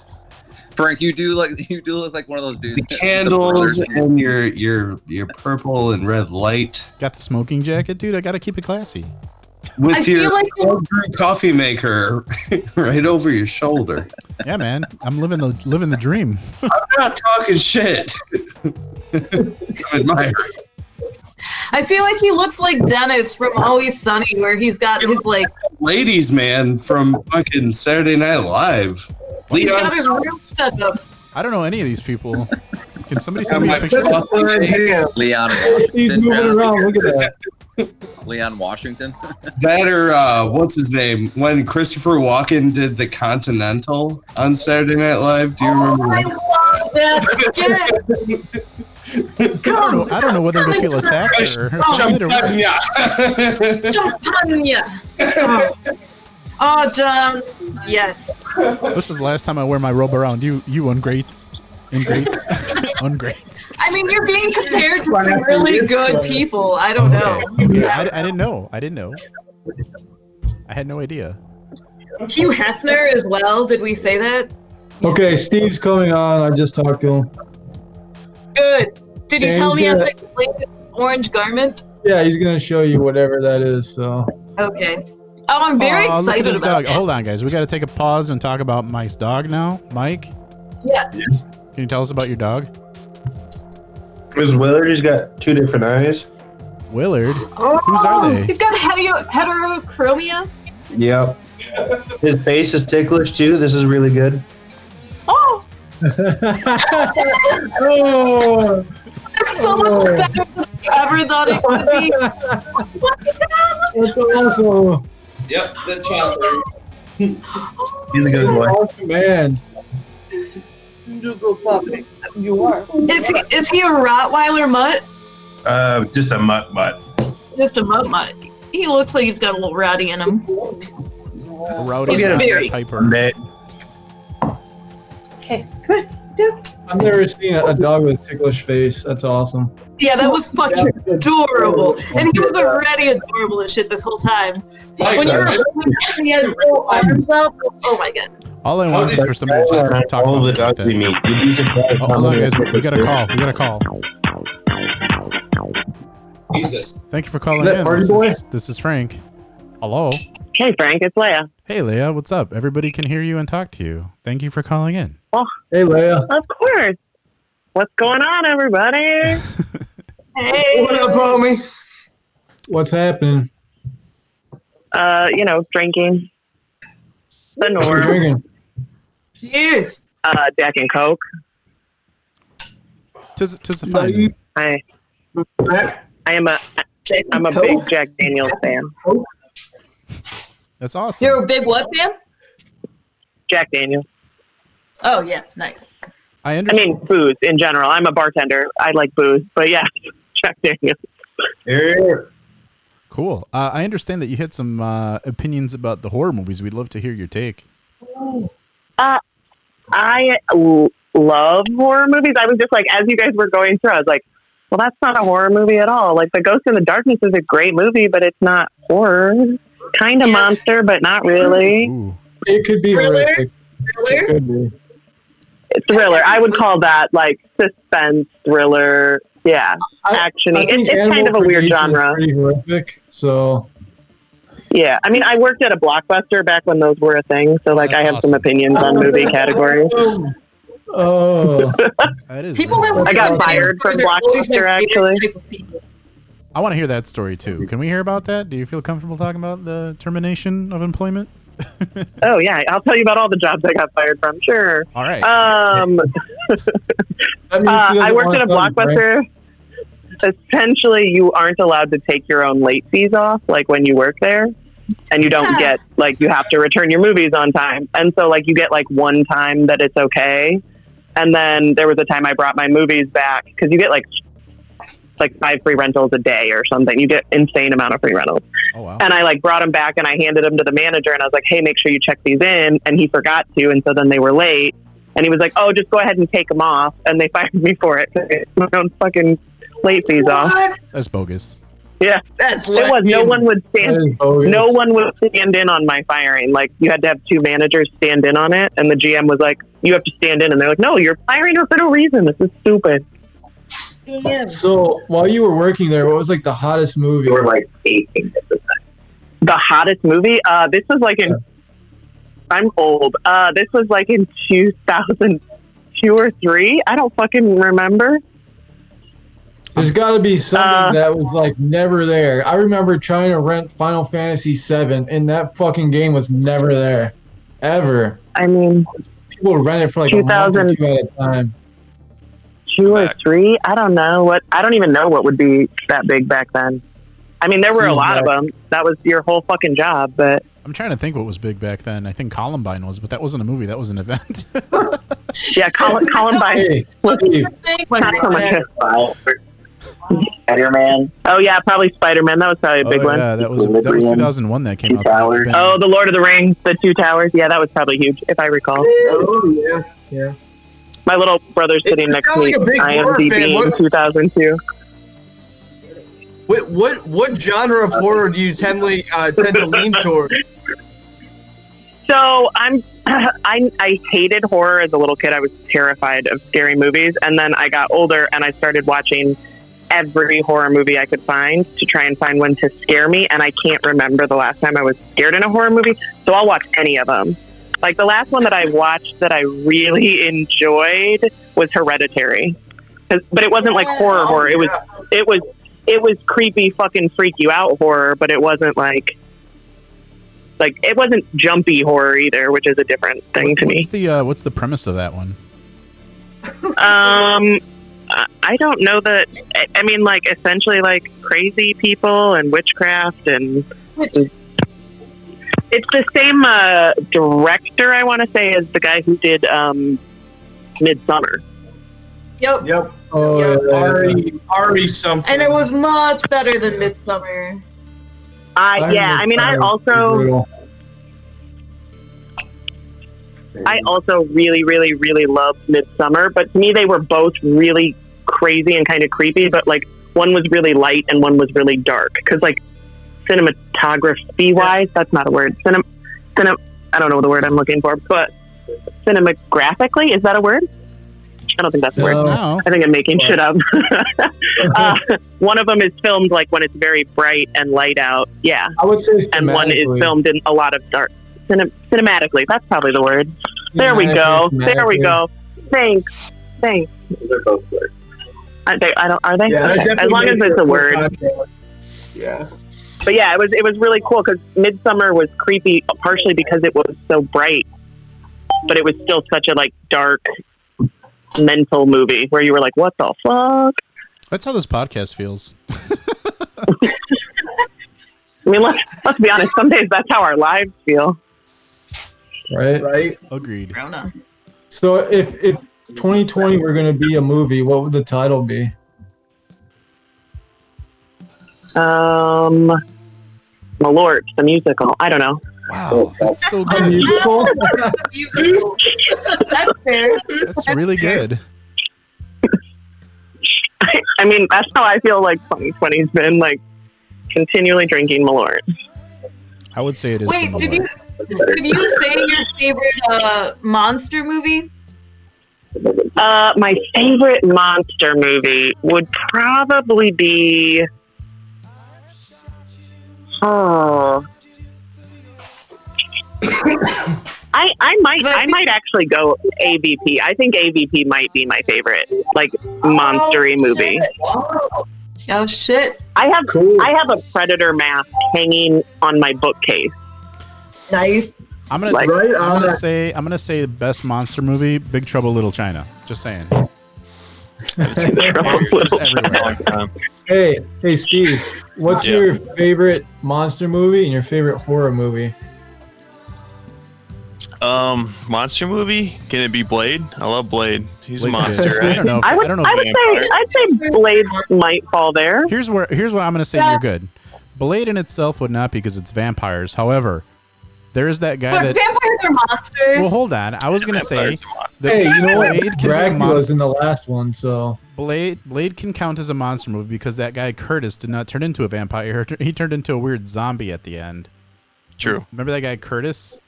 [SPEAKER 7] Frank, you do like you do look *laughs* like one of those dudes.
[SPEAKER 5] candles and your your your purple and red light
[SPEAKER 1] Got the smoking jacket, dude. I gotta keep it classy.
[SPEAKER 4] I
[SPEAKER 5] with
[SPEAKER 4] feel
[SPEAKER 5] your
[SPEAKER 4] like-
[SPEAKER 5] cold brew coffee maker *laughs* right over your shoulder.
[SPEAKER 1] Yeah, man. I'm living the living the dream.
[SPEAKER 5] I'm not talking shit. *laughs* I'm admiring.
[SPEAKER 4] I feel like he looks like Dennis from Always Sunny, where he's got his like
[SPEAKER 5] ladies man from fucking Saturday Night Live.
[SPEAKER 4] he's
[SPEAKER 5] Leon,
[SPEAKER 4] got his room set up.
[SPEAKER 1] I don't know any of these people. Can somebody
[SPEAKER 5] Got
[SPEAKER 1] send me
[SPEAKER 5] my
[SPEAKER 1] a picture?
[SPEAKER 5] boss right here.
[SPEAKER 7] Leon
[SPEAKER 2] *laughs* He's
[SPEAKER 7] Washington.
[SPEAKER 2] moving
[SPEAKER 7] man.
[SPEAKER 2] around. Look at that.
[SPEAKER 7] Leon Washington.
[SPEAKER 5] that or uh, what's his name? When Christopher Walken did the Continental on Saturday Night Live, do you remember?
[SPEAKER 4] Oh, I
[SPEAKER 5] that?
[SPEAKER 4] love that skit.
[SPEAKER 1] I don't know. I don't know whether to feel attacked or.
[SPEAKER 5] Jump button, yeah. *laughs*
[SPEAKER 4] Champagne. Oh.
[SPEAKER 1] *laughs*
[SPEAKER 4] oh, John. Yes.
[SPEAKER 1] This is the last time I wear my robe around. You, you ungrates, ingrates, *laughs* ungrates.
[SPEAKER 4] I mean, you're being compared to some really good people. I don't know.
[SPEAKER 1] Okay, I, I didn't know. I didn't know. I had no idea.
[SPEAKER 4] Hugh Hefner as well. Did we say that?
[SPEAKER 2] Okay, Steve's coming on. I just talked to him.
[SPEAKER 4] Good. Did you
[SPEAKER 2] And,
[SPEAKER 4] tell me I
[SPEAKER 2] uh,
[SPEAKER 4] was like this orange garment?
[SPEAKER 2] Yeah, he's gonna show you whatever that is. So
[SPEAKER 4] Okay. Oh, I'm very
[SPEAKER 1] Aw, look at
[SPEAKER 4] excited
[SPEAKER 1] this
[SPEAKER 4] about
[SPEAKER 1] dog. Oh,
[SPEAKER 4] it.
[SPEAKER 1] Hold on, guys. We got to take a pause and talk about Mike's dog now. Mike, can
[SPEAKER 4] Yeah.
[SPEAKER 1] you tell us about your dog,
[SPEAKER 13] Because Willard has got two different eyes.
[SPEAKER 1] Willard? Whose are they?
[SPEAKER 4] Oh. He's got hetero- heterochromia.
[SPEAKER 13] Yep. *laughs* His face is ticklish too. This is really good.
[SPEAKER 4] Oh,
[SPEAKER 2] oh,
[SPEAKER 4] that's so much better than I ever thought it would be. What the hell?
[SPEAKER 2] that's awesome.
[SPEAKER 5] Yep, the chopper.
[SPEAKER 1] *laughs*
[SPEAKER 13] He's a good boy.
[SPEAKER 2] On command.
[SPEAKER 10] You are.
[SPEAKER 4] Is he, is he a Rottweiler mutt?
[SPEAKER 13] Uh, just a mutt mutt.
[SPEAKER 4] Just a mutt mutt. He looks like he's got a little rowdy in him.
[SPEAKER 1] A Rowdy
[SPEAKER 4] He's
[SPEAKER 1] Roddy
[SPEAKER 4] very-
[SPEAKER 1] Piper.
[SPEAKER 13] Someday.
[SPEAKER 10] Okay, come on. Do.
[SPEAKER 2] I've never seen a, a dog with a ticklish face. That's awesome.
[SPEAKER 4] Yeah, that was fucking adorable. And he was already adorable as shit this whole time. When you're a and he has little arms up, oh my god.
[SPEAKER 1] All I
[SPEAKER 13] How
[SPEAKER 1] want is
[SPEAKER 13] did-
[SPEAKER 1] for somebody to talk about
[SPEAKER 13] All the
[SPEAKER 1] that.
[SPEAKER 13] dogs we meet. You'd be surprised.
[SPEAKER 1] Oh,
[SPEAKER 13] how
[SPEAKER 1] hold on,
[SPEAKER 13] many
[SPEAKER 1] guys.
[SPEAKER 13] are
[SPEAKER 1] We got a
[SPEAKER 13] ticklish.
[SPEAKER 1] call. We got a call.
[SPEAKER 5] Jesus.
[SPEAKER 1] Thank you for calling
[SPEAKER 2] Is that
[SPEAKER 1] in.
[SPEAKER 2] Party
[SPEAKER 1] This
[SPEAKER 2] Boy?
[SPEAKER 1] is, this is Frank. Hello.
[SPEAKER 12] Hey, Frank, it's Leia.
[SPEAKER 1] Hey, Leah. What's up? Everybody can hear you and talk to you. Thank you for calling in.
[SPEAKER 2] Hey, Leia.
[SPEAKER 12] Of course. What's going on, everybody?
[SPEAKER 4] Hey.
[SPEAKER 3] What up, homie?
[SPEAKER 2] What's happening?
[SPEAKER 12] Uh, you know, drinking. The
[SPEAKER 2] What you
[SPEAKER 12] norm.
[SPEAKER 2] drinking?
[SPEAKER 4] Cheers.
[SPEAKER 12] Uh, Jack and Coke.
[SPEAKER 1] Tis, tis a fine.
[SPEAKER 12] I, I am a, I'm a big Jack Daniels fan.
[SPEAKER 1] That's awesome.
[SPEAKER 4] You're a big what fan?
[SPEAKER 12] Jack Daniels.
[SPEAKER 4] Oh yeah, nice.
[SPEAKER 1] I
[SPEAKER 12] understand. I mean, booze in general. I'm a bartender. I like booze, but yeah, *laughs* Jack Daniels.
[SPEAKER 1] Cool. Uh, I understand that you had some uh, opinions about the horror movies. We'd love to hear your take.
[SPEAKER 12] Uh, I l- love horror movies. I was just like, as you guys were going through, I was like, well, that's not a horror movie at all. Like, The Ghost in the Darkness is a great movie, but it's not horror. Kind of monster, but not really.
[SPEAKER 2] It could be horrific. It could be.
[SPEAKER 12] Thriller. I would call that like suspense thriller. Yeah, action.
[SPEAKER 2] I
[SPEAKER 12] It's,
[SPEAKER 2] think
[SPEAKER 12] it's kind of
[SPEAKER 2] Animal
[SPEAKER 12] a weird
[SPEAKER 2] Creation is
[SPEAKER 12] genre.
[SPEAKER 2] Pretty horrific. So
[SPEAKER 12] Yeah, I mean, I worked at a blockbuster back when those were a thing, so like I have some opinions on movie categories.
[SPEAKER 2] Oh,
[SPEAKER 4] People that
[SPEAKER 12] I got fired from Blockbuster actually.
[SPEAKER 1] I want to hear that story too. Can we hear about that? Do you feel comfortable talking about the termination of employment?
[SPEAKER 12] Oh yeah, I'll tell you about all the jobs I got fired from. Sure.
[SPEAKER 1] All right.
[SPEAKER 12] Um,
[SPEAKER 2] mean,
[SPEAKER 12] uh,
[SPEAKER 2] you
[SPEAKER 12] I worked at a
[SPEAKER 2] want them,
[SPEAKER 12] blockbuster. Essentially, you aren't allowed to take your own late fees off, like when you work there, and you don't get like you have to return your movies on time. And so, like, you get like one time that it's okay, and then there was a time I brought my movies back because you get like like five free rentals a day or something. You get insane amount of free rentals.
[SPEAKER 1] Oh wow.
[SPEAKER 12] And I like brought them back and I handed them to the manager and I was like, hey, make sure you check these in. And he forgot to. And so then they were late. And he was like, oh, just go ahead and take them off. And they *laughs* fired me for it. My own fucking late fees off.
[SPEAKER 1] That's bogus.
[SPEAKER 12] Yeah.
[SPEAKER 3] That's
[SPEAKER 12] it was. No
[SPEAKER 3] lame.
[SPEAKER 12] one would
[SPEAKER 3] That is
[SPEAKER 12] stand.
[SPEAKER 3] bogus.
[SPEAKER 12] No one would stand in on my firing. Like you had to have two managers stand in on it. And the GM was like, you have to stand in. And they're like, no, you're firing her for no reason. This is stupid.
[SPEAKER 2] so while you were working there, what was like the hottest movie?
[SPEAKER 12] Or like eighteen. the hottest movie. Uh, this was like in. I'm old. Uh, this was like in 2002 or three. I don't fucking remember. Um,
[SPEAKER 2] There's got to be something
[SPEAKER 12] uh,
[SPEAKER 2] that was like never there. I remember trying to rent Final Fantasy VII, and that fucking game was never there, ever.
[SPEAKER 12] I mean,
[SPEAKER 2] people would rent it for like a month or
[SPEAKER 12] 2000
[SPEAKER 2] two at a
[SPEAKER 12] *laughs*
[SPEAKER 2] time.
[SPEAKER 12] Two or three. I don't know what. I don't even know what would be that big back then. I mean, there were a lot of them. That was your whole fucking job, but
[SPEAKER 1] I'm trying to think what was big back then. I think Columbine was, but that wasn't a movie. That was an event. *laughs*
[SPEAKER 12] *laughs* yeah, Col- Columbine.
[SPEAKER 1] Hey,
[SPEAKER 12] was- was not so *laughs* much a- Spider-Man. Oh yeah, probably Spider-Man. That was probably a big
[SPEAKER 1] oh,
[SPEAKER 12] one.
[SPEAKER 1] yeah, that was that was 2001 that came out. so it would've been-
[SPEAKER 12] Oh, The Lord of the Rings, The Two Towers. Yeah, that was probably huge, if I recall.
[SPEAKER 3] Oh yeah, yeah.
[SPEAKER 12] My little brother's sitting next to
[SPEAKER 3] sounds
[SPEAKER 12] me.
[SPEAKER 3] like a big horror fan.
[SPEAKER 12] IMDb in
[SPEAKER 3] What-
[SPEAKER 12] 2002.
[SPEAKER 3] What what what genre of horror do you tendly uh, tend to lean toward?
[SPEAKER 12] So I'm, *clears throat* I, I hated horror as a little kid. I was terrified of scary movies, and then I got older and I started watching every horror movie I could find to try and find one to scare me. And I can't remember the last time I was scared in a horror movie, so I'll watch any of them. Like the last one that I watched that I really *laughs* enjoyed was Hereditary, 'Cause- but it wasn't like *laughs* horror horror. It was it was it was creepy fucking freak you out horror, but it wasn't like like it wasn't jumpy horror either, which is a different thing to me.
[SPEAKER 1] What's the uh, what's the premise of that one?
[SPEAKER 12] Um, I I don't know that. I- I mean, like essentially, like crazy people and witchcraft, and it's the same uh, director. I want to say as the guy who did um, Midsummer.
[SPEAKER 4] Yep.
[SPEAKER 3] Yep.
[SPEAKER 2] Oh,
[SPEAKER 3] Ari Ari something.
[SPEAKER 4] And it was much better than Midsummer.
[SPEAKER 12] I yeah. I mean, I also I also really, really, really loved Midsummer, but to me they were both really crazy and kind of creepy. But like one was really light and one was really dark because like cinematography wise, that's not a word. Cinem, cinem, I don't know the word I'm looking for, but cinemagraphically is that a word? I don't think that's a word.
[SPEAKER 2] Oh.
[SPEAKER 1] No.
[SPEAKER 12] I think I'm making shit up. *laughs* uh, one of them is filmed like when it's very bright and light out. Yeah,
[SPEAKER 2] I would say,
[SPEAKER 12] and one is
[SPEAKER 2] thematically.
[SPEAKER 12] filmed in a lot of dark. Cinem- cinematically, that's probably the word. There we go.
[SPEAKER 2] Cinematically,
[SPEAKER 12] There we
[SPEAKER 2] thematically.
[SPEAKER 12] go. Thanks. Thanks.
[SPEAKER 5] They're both words.
[SPEAKER 12] Are they, I don't. Are they?
[SPEAKER 3] Yeah, that
[SPEAKER 12] Okay.
[SPEAKER 3] definitely
[SPEAKER 12] As long as
[SPEAKER 3] makes for
[SPEAKER 12] it's a
[SPEAKER 3] cool
[SPEAKER 12] word.
[SPEAKER 3] content. Yeah.
[SPEAKER 12] But yeah, it was it was really cool because Midsummer was creepy partially because it was so bright, but it was still such a like dark mental movie where you were like, what the fuck?
[SPEAKER 1] That's how this podcast feels.
[SPEAKER 12] I mean, *laughs* let's, let's be honest. Some days that's how our lives feel.
[SPEAKER 2] right?
[SPEAKER 1] Right. Agreed.
[SPEAKER 7] *laughs*
[SPEAKER 2] So if if 2020 were gonna be a movie, what would the title be?
[SPEAKER 12] Um, Malort, the musical. I don't know.
[SPEAKER 1] Wow, Oh, that's so
[SPEAKER 12] *laughs*
[SPEAKER 2] A musical?
[SPEAKER 4] That's fair.
[SPEAKER 1] That's really good.
[SPEAKER 12] I, I mean, that's how I feel like 2020's been like continually drinking Malort.
[SPEAKER 1] I would say it is.
[SPEAKER 4] Wait,
[SPEAKER 1] from
[SPEAKER 4] did
[SPEAKER 1] Malort.
[SPEAKER 4] you did you say your favorite uh, monster movie?
[SPEAKER 12] Uh, my favorite monster movie would probably be. Oh. I, I might I might actually go AVP. I think AVP might be my favorite like monstery movie.
[SPEAKER 4] Oh shit!
[SPEAKER 12] I have I have a predator mask hanging on my
[SPEAKER 1] *laughs*
[SPEAKER 12] bookcase.
[SPEAKER 4] Nice.
[SPEAKER 1] I'm gonna
[SPEAKER 12] Like- Right
[SPEAKER 1] I'm gonna
[SPEAKER 12] on.
[SPEAKER 1] say I'm gonna say the best monster movie, Big Trouble Little China. Just saying.
[SPEAKER 12] *laughs*
[SPEAKER 1] Monsters everywhere.
[SPEAKER 2] Hey, hey Steve, what's
[SPEAKER 1] Yeah.
[SPEAKER 2] your favorite monster movie and your favorite horror movie?
[SPEAKER 14] *laughs* Um, monster movie? Can it be Blade? I love Blade. He's a
[SPEAKER 1] Wait,
[SPEAKER 14] monster,
[SPEAKER 1] I
[SPEAKER 14] right?
[SPEAKER 1] don't know if- I would- I don't know if I would vampire-
[SPEAKER 12] I'd say Blade might fall there.
[SPEAKER 1] Here's where here's what I'm gonna say. You're good. Blade in itself would not because it's vampires. However, there is that guy
[SPEAKER 4] But
[SPEAKER 1] that.
[SPEAKER 4] vampires are monsters.
[SPEAKER 1] Well, hold on. I was gonna say that
[SPEAKER 2] hey, you know what?
[SPEAKER 1] Blade can be a
[SPEAKER 2] Dracula's
[SPEAKER 1] monster.
[SPEAKER 2] in the last one, so
[SPEAKER 1] Blade Blade can count as a monster movie because that guy Curtis did not turn into a vampire. *laughs* He turned into a weird zombie at the end.
[SPEAKER 14] True.
[SPEAKER 1] Remember that guy Curtis?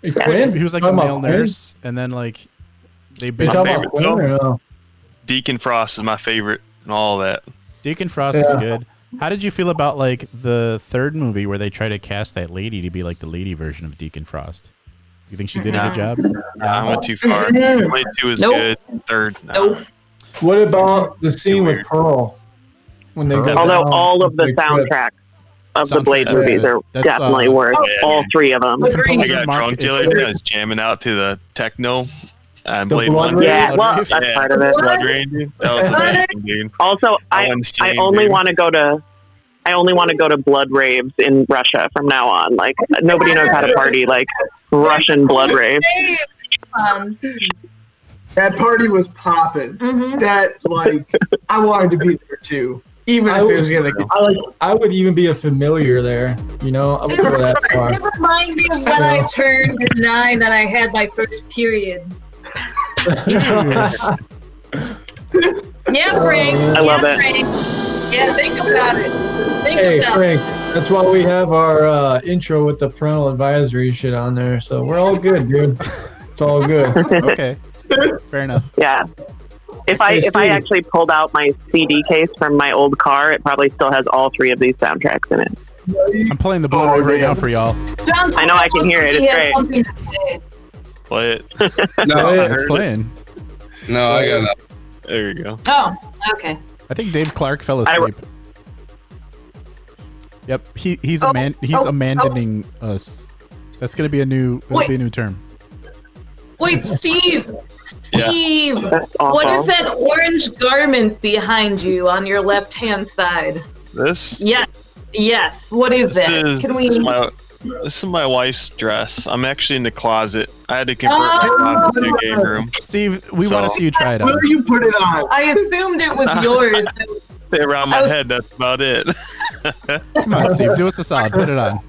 [SPEAKER 2] Hey, Quinn?
[SPEAKER 1] He was like a
[SPEAKER 2] Talking
[SPEAKER 1] male
[SPEAKER 2] about Quinn?
[SPEAKER 1] nurse, and then like they
[SPEAKER 14] My
[SPEAKER 1] bit
[SPEAKER 14] favorite film,
[SPEAKER 2] no?
[SPEAKER 14] Deacon Frost is my favorite and all that.
[SPEAKER 1] Deacon Frost is
[SPEAKER 14] Yeah.
[SPEAKER 1] good. How did you feel about like the third movie where they try to cast that lady to be like the lady version of Deacon Frost? You think she did a good job?
[SPEAKER 4] *laughs*
[SPEAKER 14] Nah, I went too far.
[SPEAKER 2] Mhm.
[SPEAKER 14] Blade two is
[SPEAKER 2] Nope.
[SPEAKER 14] good. Third, nah.
[SPEAKER 2] What about the scene with Pearl when they go
[SPEAKER 12] Although
[SPEAKER 2] down
[SPEAKER 12] all of
[SPEAKER 2] with
[SPEAKER 12] the
[SPEAKER 2] the cliff?
[SPEAKER 12] soundtracks of the
[SPEAKER 2] Soundtracks
[SPEAKER 12] Blade
[SPEAKER 2] are
[SPEAKER 12] movies
[SPEAKER 2] good.
[SPEAKER 12] are
[SPEAKER 2] That's,
[SPEAKER 12] definitely
[SPEAKER 2] uh,
[SPEAKER 12] worth
[SPEAKER 2] Yeah.
[SPEAKER 12] all three of them.
[SPEAKER 14] I got drunk the other day. I was jamming out to the techno. And
[SPEAKER 12] The
[SPEAKER 14] Blade
[SPEAKER 12] Blood
[SPEAKER 14] One.
[SPEAKER 12] *laughs* Rain? Yeah, well, that's
[SPEAKER 14] Yeah,
[SPEAKER 12] part of it.
[SPEAKER 14] Blood Rain, dude. That was
[SPEAKER 12] Blood
[SPEAKER 14] amazing, dude.
[SPEAKER 12] Also,
[SPEAKER 3] Oh,
[SPEAKER 12] I I
[SPEAKER 14] insane,
[SPEAKER 12] only
[SPEAKER 14] dude.
[SPEAKER 12] want to go to I only want to go to blood raves in Russia from now on. Like nobody knows how to party like Russian blood raves.
[SPEAKER 4] Um,
[SPEAKER 3] that party was popping.
[SPEAKER 4] Mm-hmm.
[SPEAKER 3] That like I wanted to be there too, even
[SPEAKER 2] I
[SPEAKER 3] if
[SPEAKER 2] would,
[SPEAKER 3] it was gonna get
[SPEAKER 2] I, like, I would even be a familiar there, you know? I would go that
[SPEAKER 1] *laughs*
[SPEAKER 2] far.
[SPEAKER 4] Remind me of when I turned nine and I had my first period.
[SPEAKER 2] *laughs*
[SPEAKER 1] Uh,
[SPEAKER 4] Yeah, Frank.
[SPEAKER 2] I love
[SPEAKER 4] yeah,
[SPEAKER 2] it.
[SPEAKER 4] Frank. Yeah, think about it. Think
[SPEAKER 2] hey,
[SPEAKER 4] about
[SPEAKER 2] Frank, that's why we have our uh, intro with the parental advisory shit on there. So we're all good, dude. It's all good.
[SPEAKER 1] okay. Fair enough.
[SPEAKER 12] Yeah. If I
[SPEAKER 2] Hey,
[SPEAKER 12] if I
[SPEAKER 2] Steve.
[SPEAKER 12] actually pulled out my CD case from my old car, it probably still has all three of these soundtracks in it.
[SPEAKER 1] I'm playing the Blu-ray right now for y'all.
[SPEAKER 4] it. John
[SPEAKER 12] I know I can hear it. It's
[SPEAKER 4] He has
[SPEAKER 12] great.
[SPEAKER 4] something to say.
[SPEAKER 14] Play it.
[SPEAKER 5] No, I
[SPEAKER 1] it's
[SPEAKER 5] heard
[SPEAKER 1] playing.
[SPEAKER 5] No, I got nothing.
[SPEAKER 14] There you go.
[SPEAKER 4] Oh, okay.
[SPEAKER 1] I think Dave Clark fell
[SPEAKER 4] I-
[SPEAKER 1] asleep. Yep, he he's a man he's
[SPEAKER 4] oh,
[SPEAKER 1] abandoning us. That's gonna be a new it'll
[SPEAKER 4] Wait.
[SPEAKER 1] be a new term.
[SPEAKER 4] Wait, Steve.
[SPEAKER 1] Yeah.
[SPEAKER 4] Steve,
[SPEAKER 1] That's
[SPEAKER 4] what
[SPEAKER 1] awful.
[SPEAKER 4] is that orange garment behind you on your left hand side?
[SPEAKER 14] This.
[SPEAKER 4] Yes. Yes. What is
[SPEAKER 14] This
[SPEAKER 4] that?
[SPEAKER 14] is-
[SPEAKER 4] Can we?
[SPEAKER 14] This is, my, this is my wife's dress. I'm actually in the closet. I had to convert
[SPEAKER 4] Oh.
[SPEAKER 14] my closet to a game room.
[SPEAKER 1] Steve, we wanna see you try it out.
[SPEAKER 14] Will
[SPEAKER 3] you put it on?
[SPEAKER 4] I assumed
[SPEAKER 14] *laughs*
[SPEAKER 4] it was yours.
[SPEAKER 14] Stay around my
[SPEAKER 4] I was-
[SPEAKER 14] head. That's about it.
[SPEAKER 1] Come on, Steve, do us a solid. Put it on.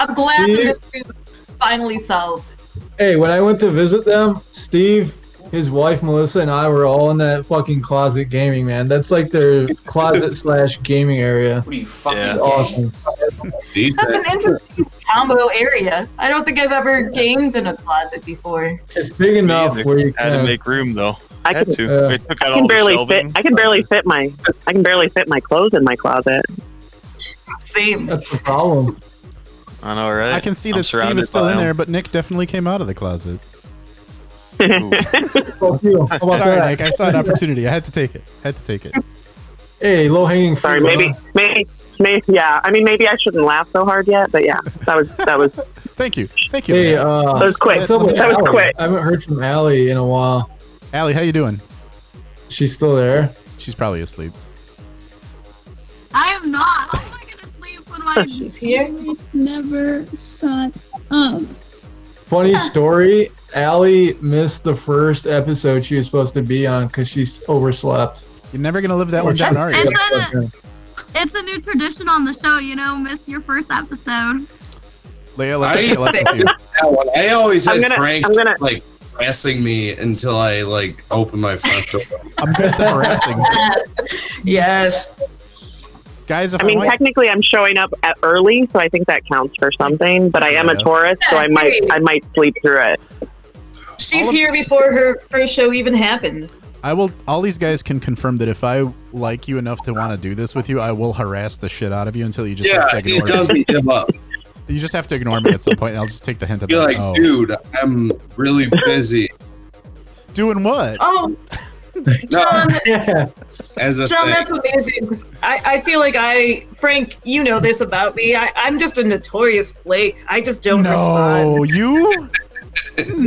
[SPEAKER 4] I'm glad the mystery was finally solved.
[SPEAKER 2] Hey, when I went to visit them, Steve, his wife Melissa, and I were all in that fucking closet gaming, man. That's
[SPEAKER 12] *laughs*
[SPEAKER 2] like their closet slash gaming area.
[SPEAKER 15] What are you fucking
[SPEAKER 2] It's
[SPEAKER 15] gay?
[SPEAKER 2] awesome.
[SPEAKER 4] That's an interesting combo area. I don't think I've ever gamed in a closet before.
[SPEAKER 2] It's big enough where you
[SPEAKER 14] I had to
[SPEAKER 2] can.
[SPEAKER 14] make room though.
[SPEAKER 12] I
[SPEAKER 14] I had
[SPEAKER 12] can-
[SPEAKER 14] to. I took
[SPEAKER 12] I
[SPEAKER 14] out
[SPEAKER 12] can
[SPEAKER 14] all the
[SPEAKER 12] barely
[SPEAKER 14] shelving.
[SPEAKER 12] fit I can barely fit my I can barely fit my clothes in my closet.
[SPEAKER 4] Same.
[SPEAKER 2] That's the problem.
[SPEAKER 14] I know, right?
[SPEAKER 1] I can see
[SPEAKER 14] I'm
[SPEAKER 1] that Steve
[SPEAKER 14] surrounded
[SPEAKER 1] is still
[SPEAKER 14] by
[SPEAKER 1] in
[SPEAKER 14] them.
[SPEAKER 1] there, but Nick definitely came out of the closet.
[SPEAKER 2] Fuck you. How about
[SPEAKER 1] Sorry,
[SPEAKER 2] that?
[SPEAKER 1] Nick. I saw an opportunity. I had to take it. I had to take it.
[SPEAKER 2] Hey, low hanging fruit.
[SPEAKER 12] Sorry, maybe, maybe, maybe, yeah. I mean, maybe I shouldn't laugh so hard yet, but yeah, that was that was.
[SPEAKER 1] Thank you, thank
[SPEAKER 2] Hey, uh,
[SPEAKER 12] that was quick.
[SPEAKER 2] what's up with
[SPEAKER 12] That was
[SPEAKER 2] Allie?
[SPEAKER 12] quick.
[SPEAKER 2] I haven't heard from Allie in a while.
[SPEAKER 1] Allie, how you doing?
[SPEAKER 2] She's still there.
[SPEAKER 1] She's probably asleep.
[SPEAKER 6] I am not. How am I gonna sleep when
[SPEAKER 4] *laughs*
[SPEAKER 6] my
[SPEAKER 4] She's here.
[SPEAKER 6] never Um, shut up.
[SPEAKER 2] Funny story. Allie missed the first episode she was supposed to be on because she overslept.
[SPEAKER 1] You're never gonna live that one down, are you?
[SPEAKER 2] you?
[SPEAKER 6] It's a new tradition on the show, you know, miss your first episode.
[SPEAKER 1] Leia,
[SPEAKER 5] I,
[SPEAKER 1] let the let
[SPEAKER 5] *laughs*
[SPEAKER 1] the-
[SPEAKER 5] That one. I always had
[SPEAKER 6] I'm gonna-
[SPEAKER 5] Frank
[SPEAKER 6] I'm gonna-
[SPEAKER 5] like harassing me until I like opened my front door.
[SPEAKER 1] I'm good at the harassing.
[SPEAKER 4] yes.
[SPEAKER 1] Guys, if
[SPEAKER 12] I
[SPEAKER 1] I,
[SPEAKER 12] mean,
[SPEAKER 1] might,
[SPEAKER 12] technically, I'm showing up at early, so I think that counts for something. But I am a
[SPEAKER 1] Yeah.
[SPEAKER 12] Taurus, so I might I might sleep through it.
[SPEAKER 4] She's here before her first show even happened.
[SPEAKER 1] I will. All these guys can confirm that if I like you enough to want to do this with you, I will harass the shit out of you until you just have
[SPEAKER 5] yeah,
[SPEAKER 1] to
[SPEAKER 5] he
[SPEAKER 1] ignore me.
[SPEAKER 5] doesn't
[SPEAKER 1] *laughs*
[SPEAKER 5] give up.
[SPEAKER 1] You just have to ignore me at some point. And I'll just take the hint of
[SPEAKER 5] You're like,
[SPEAKER 1] oh,
[SPEAKER 5] dude, I'm really busy.
[SPEAKER 1] doing what?
[SPEAKER 4] Oh, John,
[SPEAKER 2] Yeah.
[SPEAKER 5] As a
[SPEAKER 4] John,
[SPEAKER 5] thing.
[SPEAKER 4] that's amazing. 'cause I, I feel like I, Frank, you know this about me. I, I'm just a notorious flake. I just don't respond.
[SPEAKER 1] No,
[SPEAKER 4] *laughs*
[SPEAKER 1] you.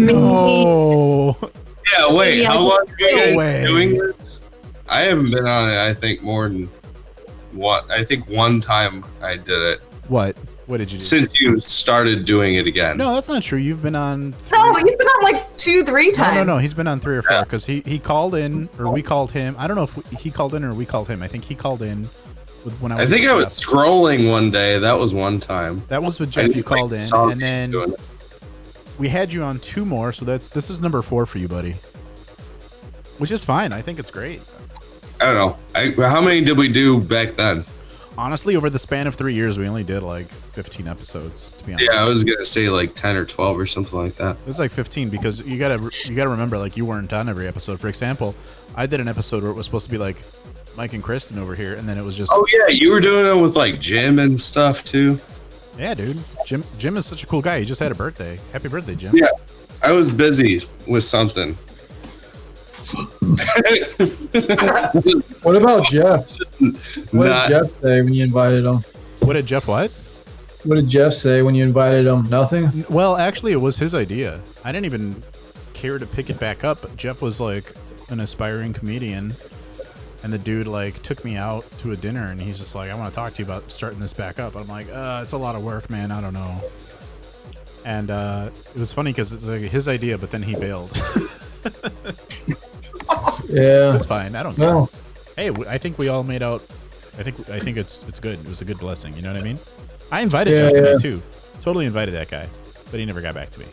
[SPEAKER 1] no.
[SPEAKER 5] Yeah, wait.
[SPEAKER 4] Maybe I
[SPEAKER 5] how
[SPEAKER 4] can-
[SPEAKER 5] long have you
[SPEAKER 4] No
[SPEAKER 5] guys
[SPEAKER 1] way.
[SPEAKER 5] doing this? I haven't been on it. I think more than what. I think one time I did it
[SPEAKER 1] What? What did you do?
[SPEAKER 5] since you started doing it again.
[SPEAKER 1] No, that's not true. You've been on.
[SPEAKER 4] No, you've been on like two, three
[SPEAKER 1] No,
[SPEAKER 4] times.
[SPEAKER 1] no, no. He's been on three or four because he he called in or we called him. I don't know if we, he called in or we called him. I think he called in with when I
[SPEAKER 5] I
[SPEAKER 1] was.
[SPEAKER 5] think
[SPEAKER 1] with
[SPEAKER 5] I was
[SPEAKER 1] Jeff.
[SPEAKER 5] scrolling one day. That was one time.
[SPEAKER 1] That was with
[SPEAKER 5] I
[SPEAKER 1] Jeff. You
[SPEAKER 5] just, like,
[SPEAKER 1] called in,
[SPEAKER 5] saw
[SPEAKER 1] and then
[SPEAKER 5] doing it.
[SPEAKER 1] we had you on two more. So that's this is number four for you, buddy. Which is fine. I think it's great.
[SPEAKER 5] I don't know. I, how many did we do back then?
[SPEAKER 1] Honestly, over the span of three years, we only did like 15 episodes. To be honest,
[SPEAKER 5] Yeah, I was gonna say like ten or twelve or something like that.
[SPEAKER 1] It was like 15 because you gotta you gotta remember like you weren't on every episode. For example, I did an episode where it was supposed to be like Mike and Kristen over here, and then it was just
[SPEAKER 5] Oh yeah, you were doing it with like Jim and stuff too.
[SPEAKER 1] yeah, dude. Jim Jim is such a cool guy. He just had a birthday. Happy birthday, Jim.
[SPEAKER 5] Yeah, I was busy with something. *laughs*
[SPEAKER 2] What about Jeff? What
[SPEAKER 5] Not-
[SPEAKER 2] did Jeff say when you invited him?
[SPEAKER 1] What did Jeff what?
[SPEAKER 2] What did Jeff say when you invited him? Nothing.
[SPEAKER 1] Well, actually, it was his idea. I didn't even care to pick it back up. But Jeff was like an aspiring comedian, and the dude like took me out to a dinner, and he's just like, "I want to talk to you about starting this back up." I'm like, "Uh, it's a lot of work, man. I don't know." And uh, it was funny because it's like his idea, but then he bailed. *laughs*
[SPEAKER 2] Yeah.
[SPEAKER 1] That's fine. I don't care.
[SPEAKER 2] No.
[SPEAKER 1] Hey, w- I think we all made out. I think I think it's it's good. It was a good blessing. You know what I mean? I invited
[SPEAKER 2] Yeah,
[SPEAKER 1] Jeff tonight
[SPEAKER 2] yeah.
[SPEAKER 1] too. Totally invited that guy, but he never got back to me.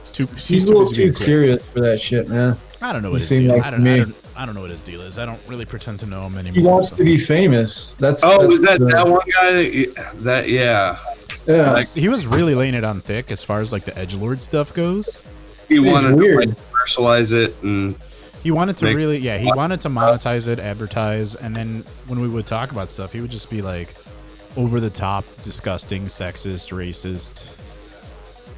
[SPEAKER 1] It's too. He's,
[SPEAKER 2] He's a
[SPEAKER 1] too
[SPEAKER 2] little
[SPEAKER 1] busy being
[SPEAKER 2] too
[SPEAKER 1] cool.
[SPEAKER 2] serious for that shit, man.
[SPEAKER 1] I don't know
[SPEAKER 2] He
[SPEAKER 1] what his
[SPEAKER 2] seemed
[SPEAKER 1] deal.
[SPEAKER 2] like
[SPEAKER 1] I, don't,
[SPEAKER 2] me.
[SPEAKER 1] I don't. I don't know what his deal is. I don't really pretend to know him anymore.
[SPEAKER 2] He wants
[SPEAKER 1] so-
[SPEAKER 2] to be famous. That's
[SPEAKER 5] Oh,
[SPEAKER 2] that's
[SPEAKER 5] was that
[SPEAKER 2] the-
[SPEAKER 5] that one guy? That yeah,
[SPEAKER 2] Yeah.
[SPEAKER 5] Like-
[SPEAKER 1] he was really laying it on thick as far as like the edge lord stuff goes.
[SPEAKER 5] he
[SPEAKER 2] Dude,
[SPEAKER 5] wanted
[SPEAKER 2] weird.
[SPEAKER 5] to like, commercialize it and
[SPEAKER 1] He wanted to
[SPEAKER 5] Make-
[SPEAKER 1] really, yeah, he wanted to monetize it, advertise, and then when we would talk about stuff, he would just be like over the top, disgusting, sexist, racist.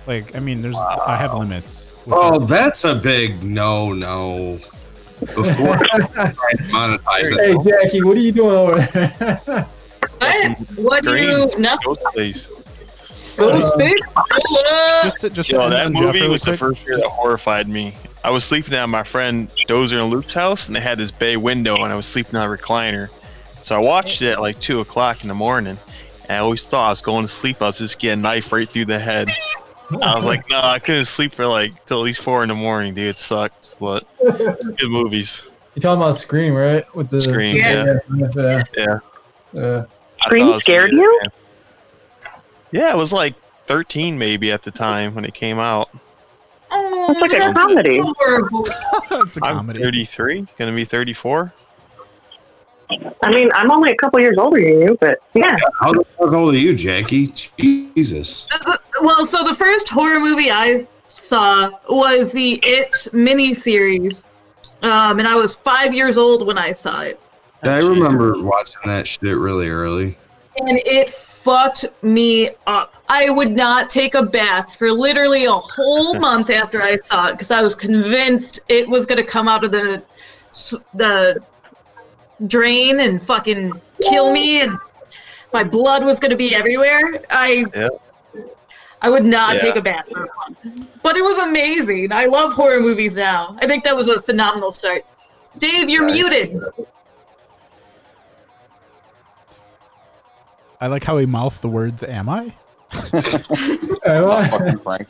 [SPEAKER 1] Like, I mean, there's, I have limits. with
[SPEAKER 5] Oh,
[SPEAKER 1] that.
[SPEAKER 5] that's a big no no. *laughs* Before I try to monetize it.
[SPEAKER 2] Hey Jackie, what are you doing over there? *laughs*
[SPEAKER 4] What? What do you? Nothing.
[SPEAKER 14] Ghostface.
[SPEAKER 4] Ghostface?
[SPEAKER 1] Uh, Just to, just to
[SPEAKER 14] Yo,
[SPEAKER 1] end
[SPEAKER 14] that
[SPEAKER 1] on Jeff
[SPEAKER 14] movie
[SPEAKER 1] really
[SPEAKER 14] was the
[SPEAKER 1] quick.
[SPEAKER 14] first year that horrified me. I was sleeping at my friend Dozer and Luke's house, and they had this bay window, and I was sleeping on a recliner. So I watched it at like two o'clock in the morning, and I always thought I was going to sleep. I was just getting knifed right through the head. I was like, no, I couldn't sleep for like till at least four in the morning, dude. It sucked,
[SPEAKER 12] *laughs*
[SPEAKER 14] but good movies.
[SPEAKER 2] You talking about Scream, right? With the
[SPEAKER 14] Scream, Yeah.
[SPEAKER 2] yeah,
[SPEAKER 14] Yeah,
[SPEAKER 2] yeah, yeah.
[SPEAKER 14] I
[SPEAKER 12] Scream
[SPEAKER 14] thought I was gonna
[SPEAKER 12] scared
[SPEAKER 14] get it,
[SPEAKER 12] you?
[SPEAKER 14] man. Yeah, I was like 13 maybe at the time when it came out.
[SPEAKER 4] Oh,
[SPEAKER 12] That's like a
[SPEAKER 4] that's
[SPEAKER 12] comedy.
[SPEAKER 4] adorable.
[SPEAKER 1] *laughs* it's a
[SPEAKER 14] I'm
[SPEAKER 1] comedy.
[SPEAKER 14] 33, gonna be 34.
[SPEAKER 12] I mean, I'm only a couple years older than you, but yeah.
[SPEAKER 5] How the fuck old are you, Jackie? Jesus.
[SPEAKER 4] Well, so the first horror movie I saw was the It miniseries, um, and I was five years old when I saw it,
[SPEAKER 5] I remember watching that shit really early.
[SPEAKER 4] and it fucked me up. I would not take a bath for literally a whole month after I saw it because I was convinced it was going to come out of the the drain and fucking kill me, and my blood was gonna be everywhere. I
[SPEAKER 14] Yeah.
[SPEAKER 4] I would not
[SPEAKER 14] Yeah.
[SPEAKER 4] take a bath for one. But it was amazing. I love horror movies now. I think that was a phenomenal start. Dave, you're muted.
[SPEAKER 1] I like how he mouthed the words, Am I?
[SPEAKER 7] Fucking Frank.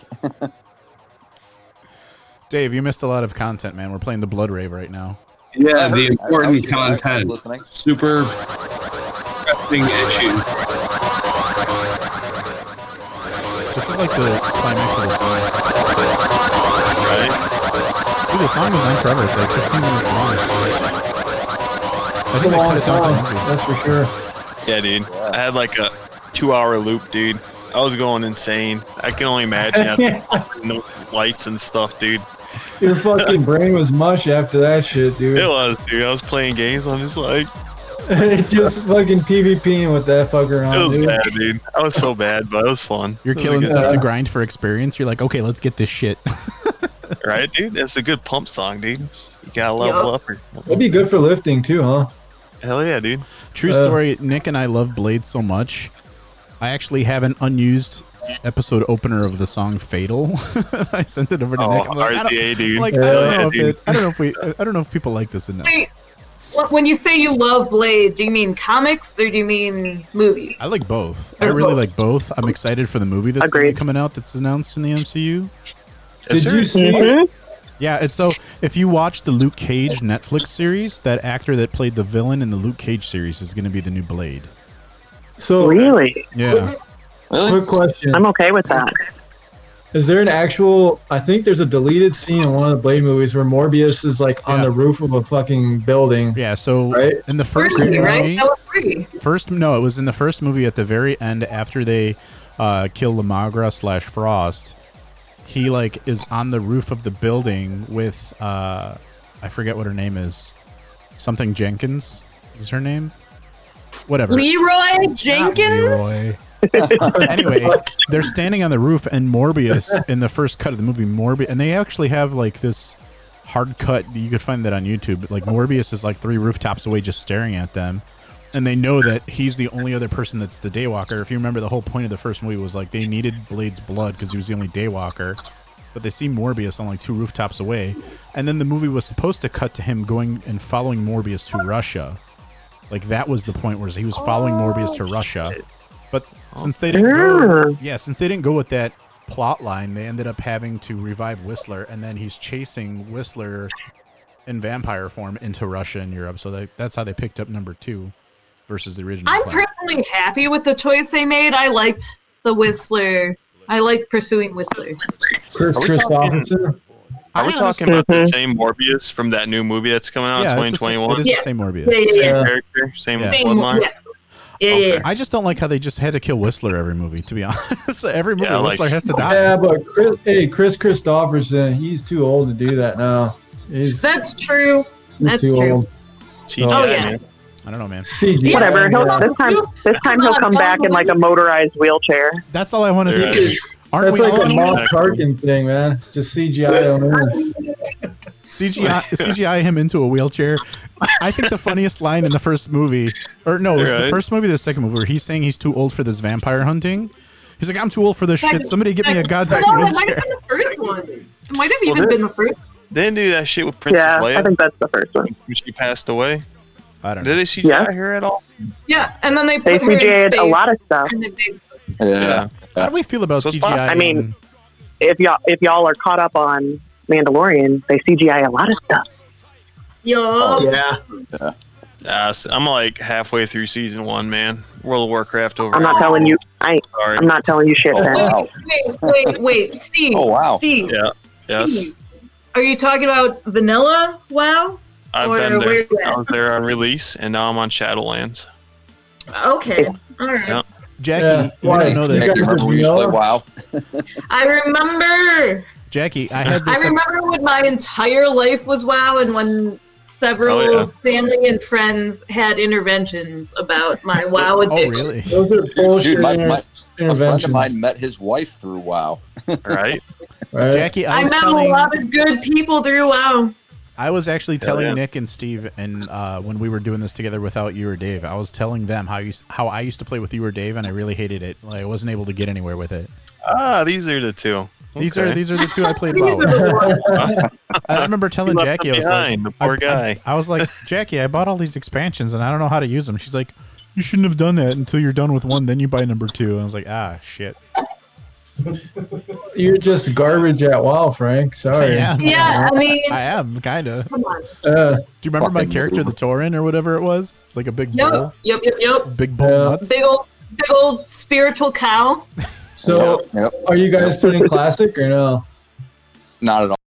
[SPEAKER 1] Dave, you missed a lot of content, man. We're playing the Blood Rave right now.
[SPEAKER 7] I-
[SPEAKER 5] Yeah, the
[SPEAKER 7] I was-
[SPEAKER 5] important
[SPEAKER 7] I was
[SPEAKER 5] content.
[SPEAKER 7] listening.
[SPEAKER 5] Super pressing issue.
[SPEAKER 1] This is like the climax of the song. Right? Dude, the song was on forever. It's like 15 minutes long. I
[SPEAKER 2] It's a
[SPEAKER 1] think they cut
[SPEAKER 2] long
[SPEAKER 1] it down
[SPEAKER 2] song,
[SPEAKER 1] to a movie.
[SPEAKER 2] that's for sure.
[SPEAKER 14] Yeah, dude. I had like a two-hour loop, dude. I was going insane. I can only imagine. after no lights and stuff, dude.
[SPEAKER 2] Your fucking brain was mush after that shit, dude. *laughs*
[SPEAKER 14] It was, dude. I was playing games. I'm just like,
[SPEAKER 2] just fucking PvPing with that fucker
[SPEAKER 14] it
[SPEAKER 2] on,
[SPEAKER 14] was
[SPEAKER 2] dude.
[SPEAKER 14] bad, dude. I was so bad, but it was fun.
[SPEAKER 1] You're
[SPEAKER 14] It was a
[SPEAKER 1] killing
[SPEAKER 14] good
[SPEAKER 1] stuff to
[SPEAKER 14] time.
[SPEAKER 1] grind for experience. You're like, okay, let's get this shit. *laughs*
[SPEAKER 14] right, dude? That's a good pump song, dude. You gotta level up. Or,
[SPEAKER 2] That'd be good for lifting too, huh?
[SPEAKER 14] hell yeah, dude.
[SPEAKER 1] True
[SPEAKER 14] Uh,
[SPEAKER 1] story. Nick and I love Blade so much. I actually have an unused episode opener of the song "Fatal." *laughs* I sent it over to
[SPEAKER 14] Oh,
[SPEAKER 1] Nick. I'm like, I don't-
[SPEAKER 14] RZA, dude.
[SPEAKER 1] like, I don't
[SPEAKER 14] Yeah,
[SPEAKER 1] know if
[SPEAKER 14] dude.
[SPEAKER 1] it, I don't know if we, I don't know if people like this enough.
[SPEAKER 4] Wait, wh- when you say you love Blade, do you mean comics or do you mean movies?
[SPEAKER 1] I like both. I really like both. I'm excited for the movie that's gonna be coming out that's announced in the MCU.
[SPEAKER 2] Did you
[SPEAKER 12] Mm-hmm.
[SPEAKER 2] see?
[SPEAKER 1] Yeah, and so if you watch the Luke Cage Netflix series, that actor that played the villain in the Luke Cage series is going to be the new Blade.
[SPEAKER 2] So
[SPEAKER 12] really,
[SPEAKER 1] Yeah.
[SPEAKER 2] quick question:
[SPEAKER 12] I'm okay with that.
[SPEAKER 2] Is there an actual? I think there's a deleted scene in one of the Blade movies where Morbius is like on the roof of a fucking building.
[SPEAKER 1] Yeah. So
[SPEAKER 2] right
[SPEAKER 1] in the first
[SPEAKER 2] Really,
[SPEAKER 1] movie,
[SPEAKER 2] right?
[SPEAKER 4] That was free.
[SPEAKER 1] first no, it was in the first movie at the very end after they uh, kill Lamagra slash Frost. He like is on the roof of the building with uh, I forget what her name is, something Jenkins is her name, whatever.
[SPEAKER 4] Leroy Jenkins?
[SPEAKER 1] Leroy. anyway, they're standing on the roof, and Morbius in the first cut of the movie, Morbius, and they actually have like this hard cut. You could find that on YouTube. but, Like Morbius is like three rooftops away, just staring at them, and they know that he's the only other person that's the Daywalker. If you remember, the whole point of the first movie was like they needed Blade's blood because he was the only Daywalker. But they see Morbius on like two rooftops away, and then the movie was supposed to cut to him going and following Morbius to Russia. Like that was the point where he was following Morbius to Russia. But since they didn't
[SPEAKER 12] Mm-hmm.
[SPEAKER 1] go, yeah, since they didn't go with that plot line, they ended up having to revive Whistler, and then he's chasing Whistler in vampire form into Russia and Europe. So they, that's how they picked up number two versus the original.
[SPEAKER 4] I'm
[SPEAKER 1] plan.
[SPEAKER 4] personally happy with the choice they made. I liked the Whistler. I liked pursuing Whistler.
[SPEAKER 2] Chris,
[SPEAKER 14] Are we
[SPEAKER 2] Chris
[SPEAKER 14] talking-
[SPEAKER 2] Officer?
[SPEAKER 14] Are we
[SPEAKER 4] I
[SPEAKER 14] talking
[SPEAKER 4] honestly
[SPEAKER 14] about
[SPEAKER 2] Mm-hmm.
[SPEAKER 14] the same Morbius from that new movie that's coming out
[SPEAKER 1] Yeah,
[SPEAKER 14] in
[SPEAKER 1] it's the same-
[SPEAKER 14] 2021?
[SPEAKER 1] it is the same Yeah. Morbius. Yeah, yeah, yeah.
[SPEAKER 14] Same character, same
[SPEAKER 1] Yeah.
[SPEAKER 4] Same-
[SPEAKER 14] bloodline.
[SPEAKER 4] yeah. Yeah, yeah, yeah.
[SPEAKER 1] I just don't like how they just had to kill Whistler every movie. To be *laughs* honest, every movie
[SPEAKER 14] Yeah, like-
[SPEAKER 1] Whistler has to die.
[SPEAKER 2] Yeah, but Chris, hey, Chris Christopherson, he's too old to do that now. He's,
[SPEAKER 4] That's true.
[SPEAKER 2] he's
[SPEAKER 4] That's
[SPEAKER 2] too
[SPEAKER 4] true.
[SPEAKER 2] old.
[SPEAKER 4] Oh, yeah. man.
[SPEAKER 1] I don't know, man.
[SPEAKER 2] CGI,
[SPEAKER 12] Mm-hmm. Whatever. He'll
[SPEAKER 2] yeah.
[SPEAKER 12] this time. This time he'll come back in like a motorized wheelchair.
[SPEAKER 1] That's all I want to see. Aren't
[SPEAKER 2] That's
[SPEAKER 1] we
[SPEAKER 2] like
[SPEAKER 1] all-
[SPEAKER 2] a Moss Tarkin thing, man. Just CGI on
[SPEAKER 1] *laughs* CGI, CGI him into a wheelchair. I think the funniest line in the first movie, or no, it was the
[SPEAKER 14] Right.
[SPEAKER 1] first movie, or the second movie, where he's saying he's too old for this vampire hunting. He's like, I'm too old for this shit. Somebody get me a goddamn
[SPEAKER 4] No, it might
[SPEAKER 1] wheelchair.
[SPEAKER 4] have been the first one. It might have
[SPEAKER 14] Well,
[SPEAKER 4] even
[SPEAKER 14] that-
[SPEAKER 4] been the first.
[SPEAKER 14] Didn't do that shit with Princess
[SPEAKER 12] Yeah, I
[SPEAKER 14] Leia.
[SPEAKER 12] think that's the first one.
[SPEAKER 14] When she passed away.
[SPEAKER 1] I don't
[SPEAKER 14] Did they see
[SPEAKER 12] Yeah.
[SPEAKER 14] her at all?
[SPEAKER 4] Yeah, and then they
[SPEAKER 12] They
[SPEAKER 4] put her in
[SPEAKER 12] CGI'd a
[SPEAKER 4] space
[SPEAKER 12] lot of stuff.
[SPEAKER 4] and then they-
[SPEAKER 7] Yeah.
[SPEAKER 1] How do we feel about CGI?
[SPEAKER 12] I mean, if y'all if y'all are caught up on Mandalorian, they CGI a lot of stuff.
[SPEAKER 4] Yo.
[SPEAKER 3] Oh, Yeah.
[SPEAKER 14] Nah, s- I'm like halfway through season one, man. World of Warcraft over.
[SPEAKER 12] I'm not telling you. I
[SPEAKER 14] Sorry.
[SPEAKER 12] I'm not telling you
[SPEAKER 7] Oh,
[SPEAKER 12] shit. man.
[SPEAKER 4] Wait, wait, wait, Steve. Steve,
[SPEAKER 14] Yeah. Yes.
[SPEAKER 4] Steve, are you talking about Vanilla WoW?
[SPEAKER 14] I've
[SPEAKER 4] or
[SPEAKER 14] been
[SPEAKER 4] where
[SPEAKER 14] there.
[SPEAKER 4] you
[SPEAKER 14] I
[SPEAKER 4] at?
[SPEAKER 14] was there on release, and now I'm on Shadowlands.
[SPEAKER 4] Okay, all right.
[SPEAKER 14] Yeah.
[SPEAKER 1] Jackie,
[SPEAKER 2] Yeah.
[SPEAKER 1] you
[SPEAKER 2] Why?
[SPEAKER 1] don't know
[SPEAKER 2] You guys
[SPEAKER 1] this.
[SPEAKER 2] You remember when you used to play
[SPEAKER 7] WoW?
[SPEAKER 4] I remember.
[SPEAKER 1] Jackie, I had
[SPEAKER 4] I
[SPEAKER 1] this.
[SPEAKER 4] remember when my entire life was WoW, and when several
[SPEAKER 1] Oh, yeah.
[SPEAKER 4] family and friends had interventions about my WoW
[SPEAKER 1] Oh,
[SPEAKER 4] addiction.
[SPEAKER 2] Those are bullshit
[SPEAKER 7] Dude, my, my, a friend of
[SPEAKER 2] interventions.
[SPEAKER 7] mine met his wife through WoW.
[SPEAKER 14] right.
[SPEAKER 2] Right.
[SPEAKER 1] Jackie, I
[SPEAKER 4] I
[SPEAKER 1] was
[SPEAKER 4] met a
[SPEAKER 1] telling
[SPEAKER 4] lot of good people through WoW.
[SPEAKER 1] I was actually
[SPEAKER 14] Hell
[SPEAKER 1] telling
[SPEAKER 14] yeah.
[SPEAKER 1] Nick and Steve, and uh, when we were doing this together without you or Dave, I was telling them how you s- how I used to play with you or Dave, and I really hated it. Like I wasn't able to get anywhere with it.
[SPEAKER 14] *laughs* Ah, these are the two.
[SPEAKER 1] These are
[SPEAKER 14] Okay.
[SPEAKER 1] these are the two
[SPEAKER 14] *laughs*
[SPEAKER 1] I played well. with. I remember telling
[SPEAKER 14] left
[SPEAKER 1] Jackie, I
[SPEAKER 14] them
[SPEAKER 1] was like,
[SPEAKER 14] behind, the poor
[SPEAKER 1] I- I-
[SPEAKER 14] guy.
[SPEAKER 1] I,
[SPEAKER 14] *laughs*
[SPEAKER 1] was like, Jackie, I bought all these expansions and I don't know how to use them. She's like, you shouldn't have done that until you're done with one, then you buy number two. And I was like, ah, shit.
[SPEAKER 2] You're just garbage at WoW, Frank. Sorry.
[SPEAKER 1] Yeah,
[SPEAKER 4] *laughs* Yeah, I mean,
[SPEAKER 1] I am kind of.
[SPEAKER 4] come on.
[SPEAKER 2] Uh,
[SPEAKER 1] Do you remember my
[SPEAKER 2] Fucking
[SPEAKER 1] character, the
[SPEAKER 2] noob.
[SPEAKER 1] Tauren or whatever it was? It's like a big
[SPEAKER 4] Yep,
[SPEAKER 1] bull,
[SPEAKER 4] yep, yep, yep.
[SPEAKER 1] big bull nuts.
[SPEAKER 4] Big old, big old spiritual cow.
[SPEAKER 2] so, are you guys putting classic or no?
[SPEAKER 7] Not at all.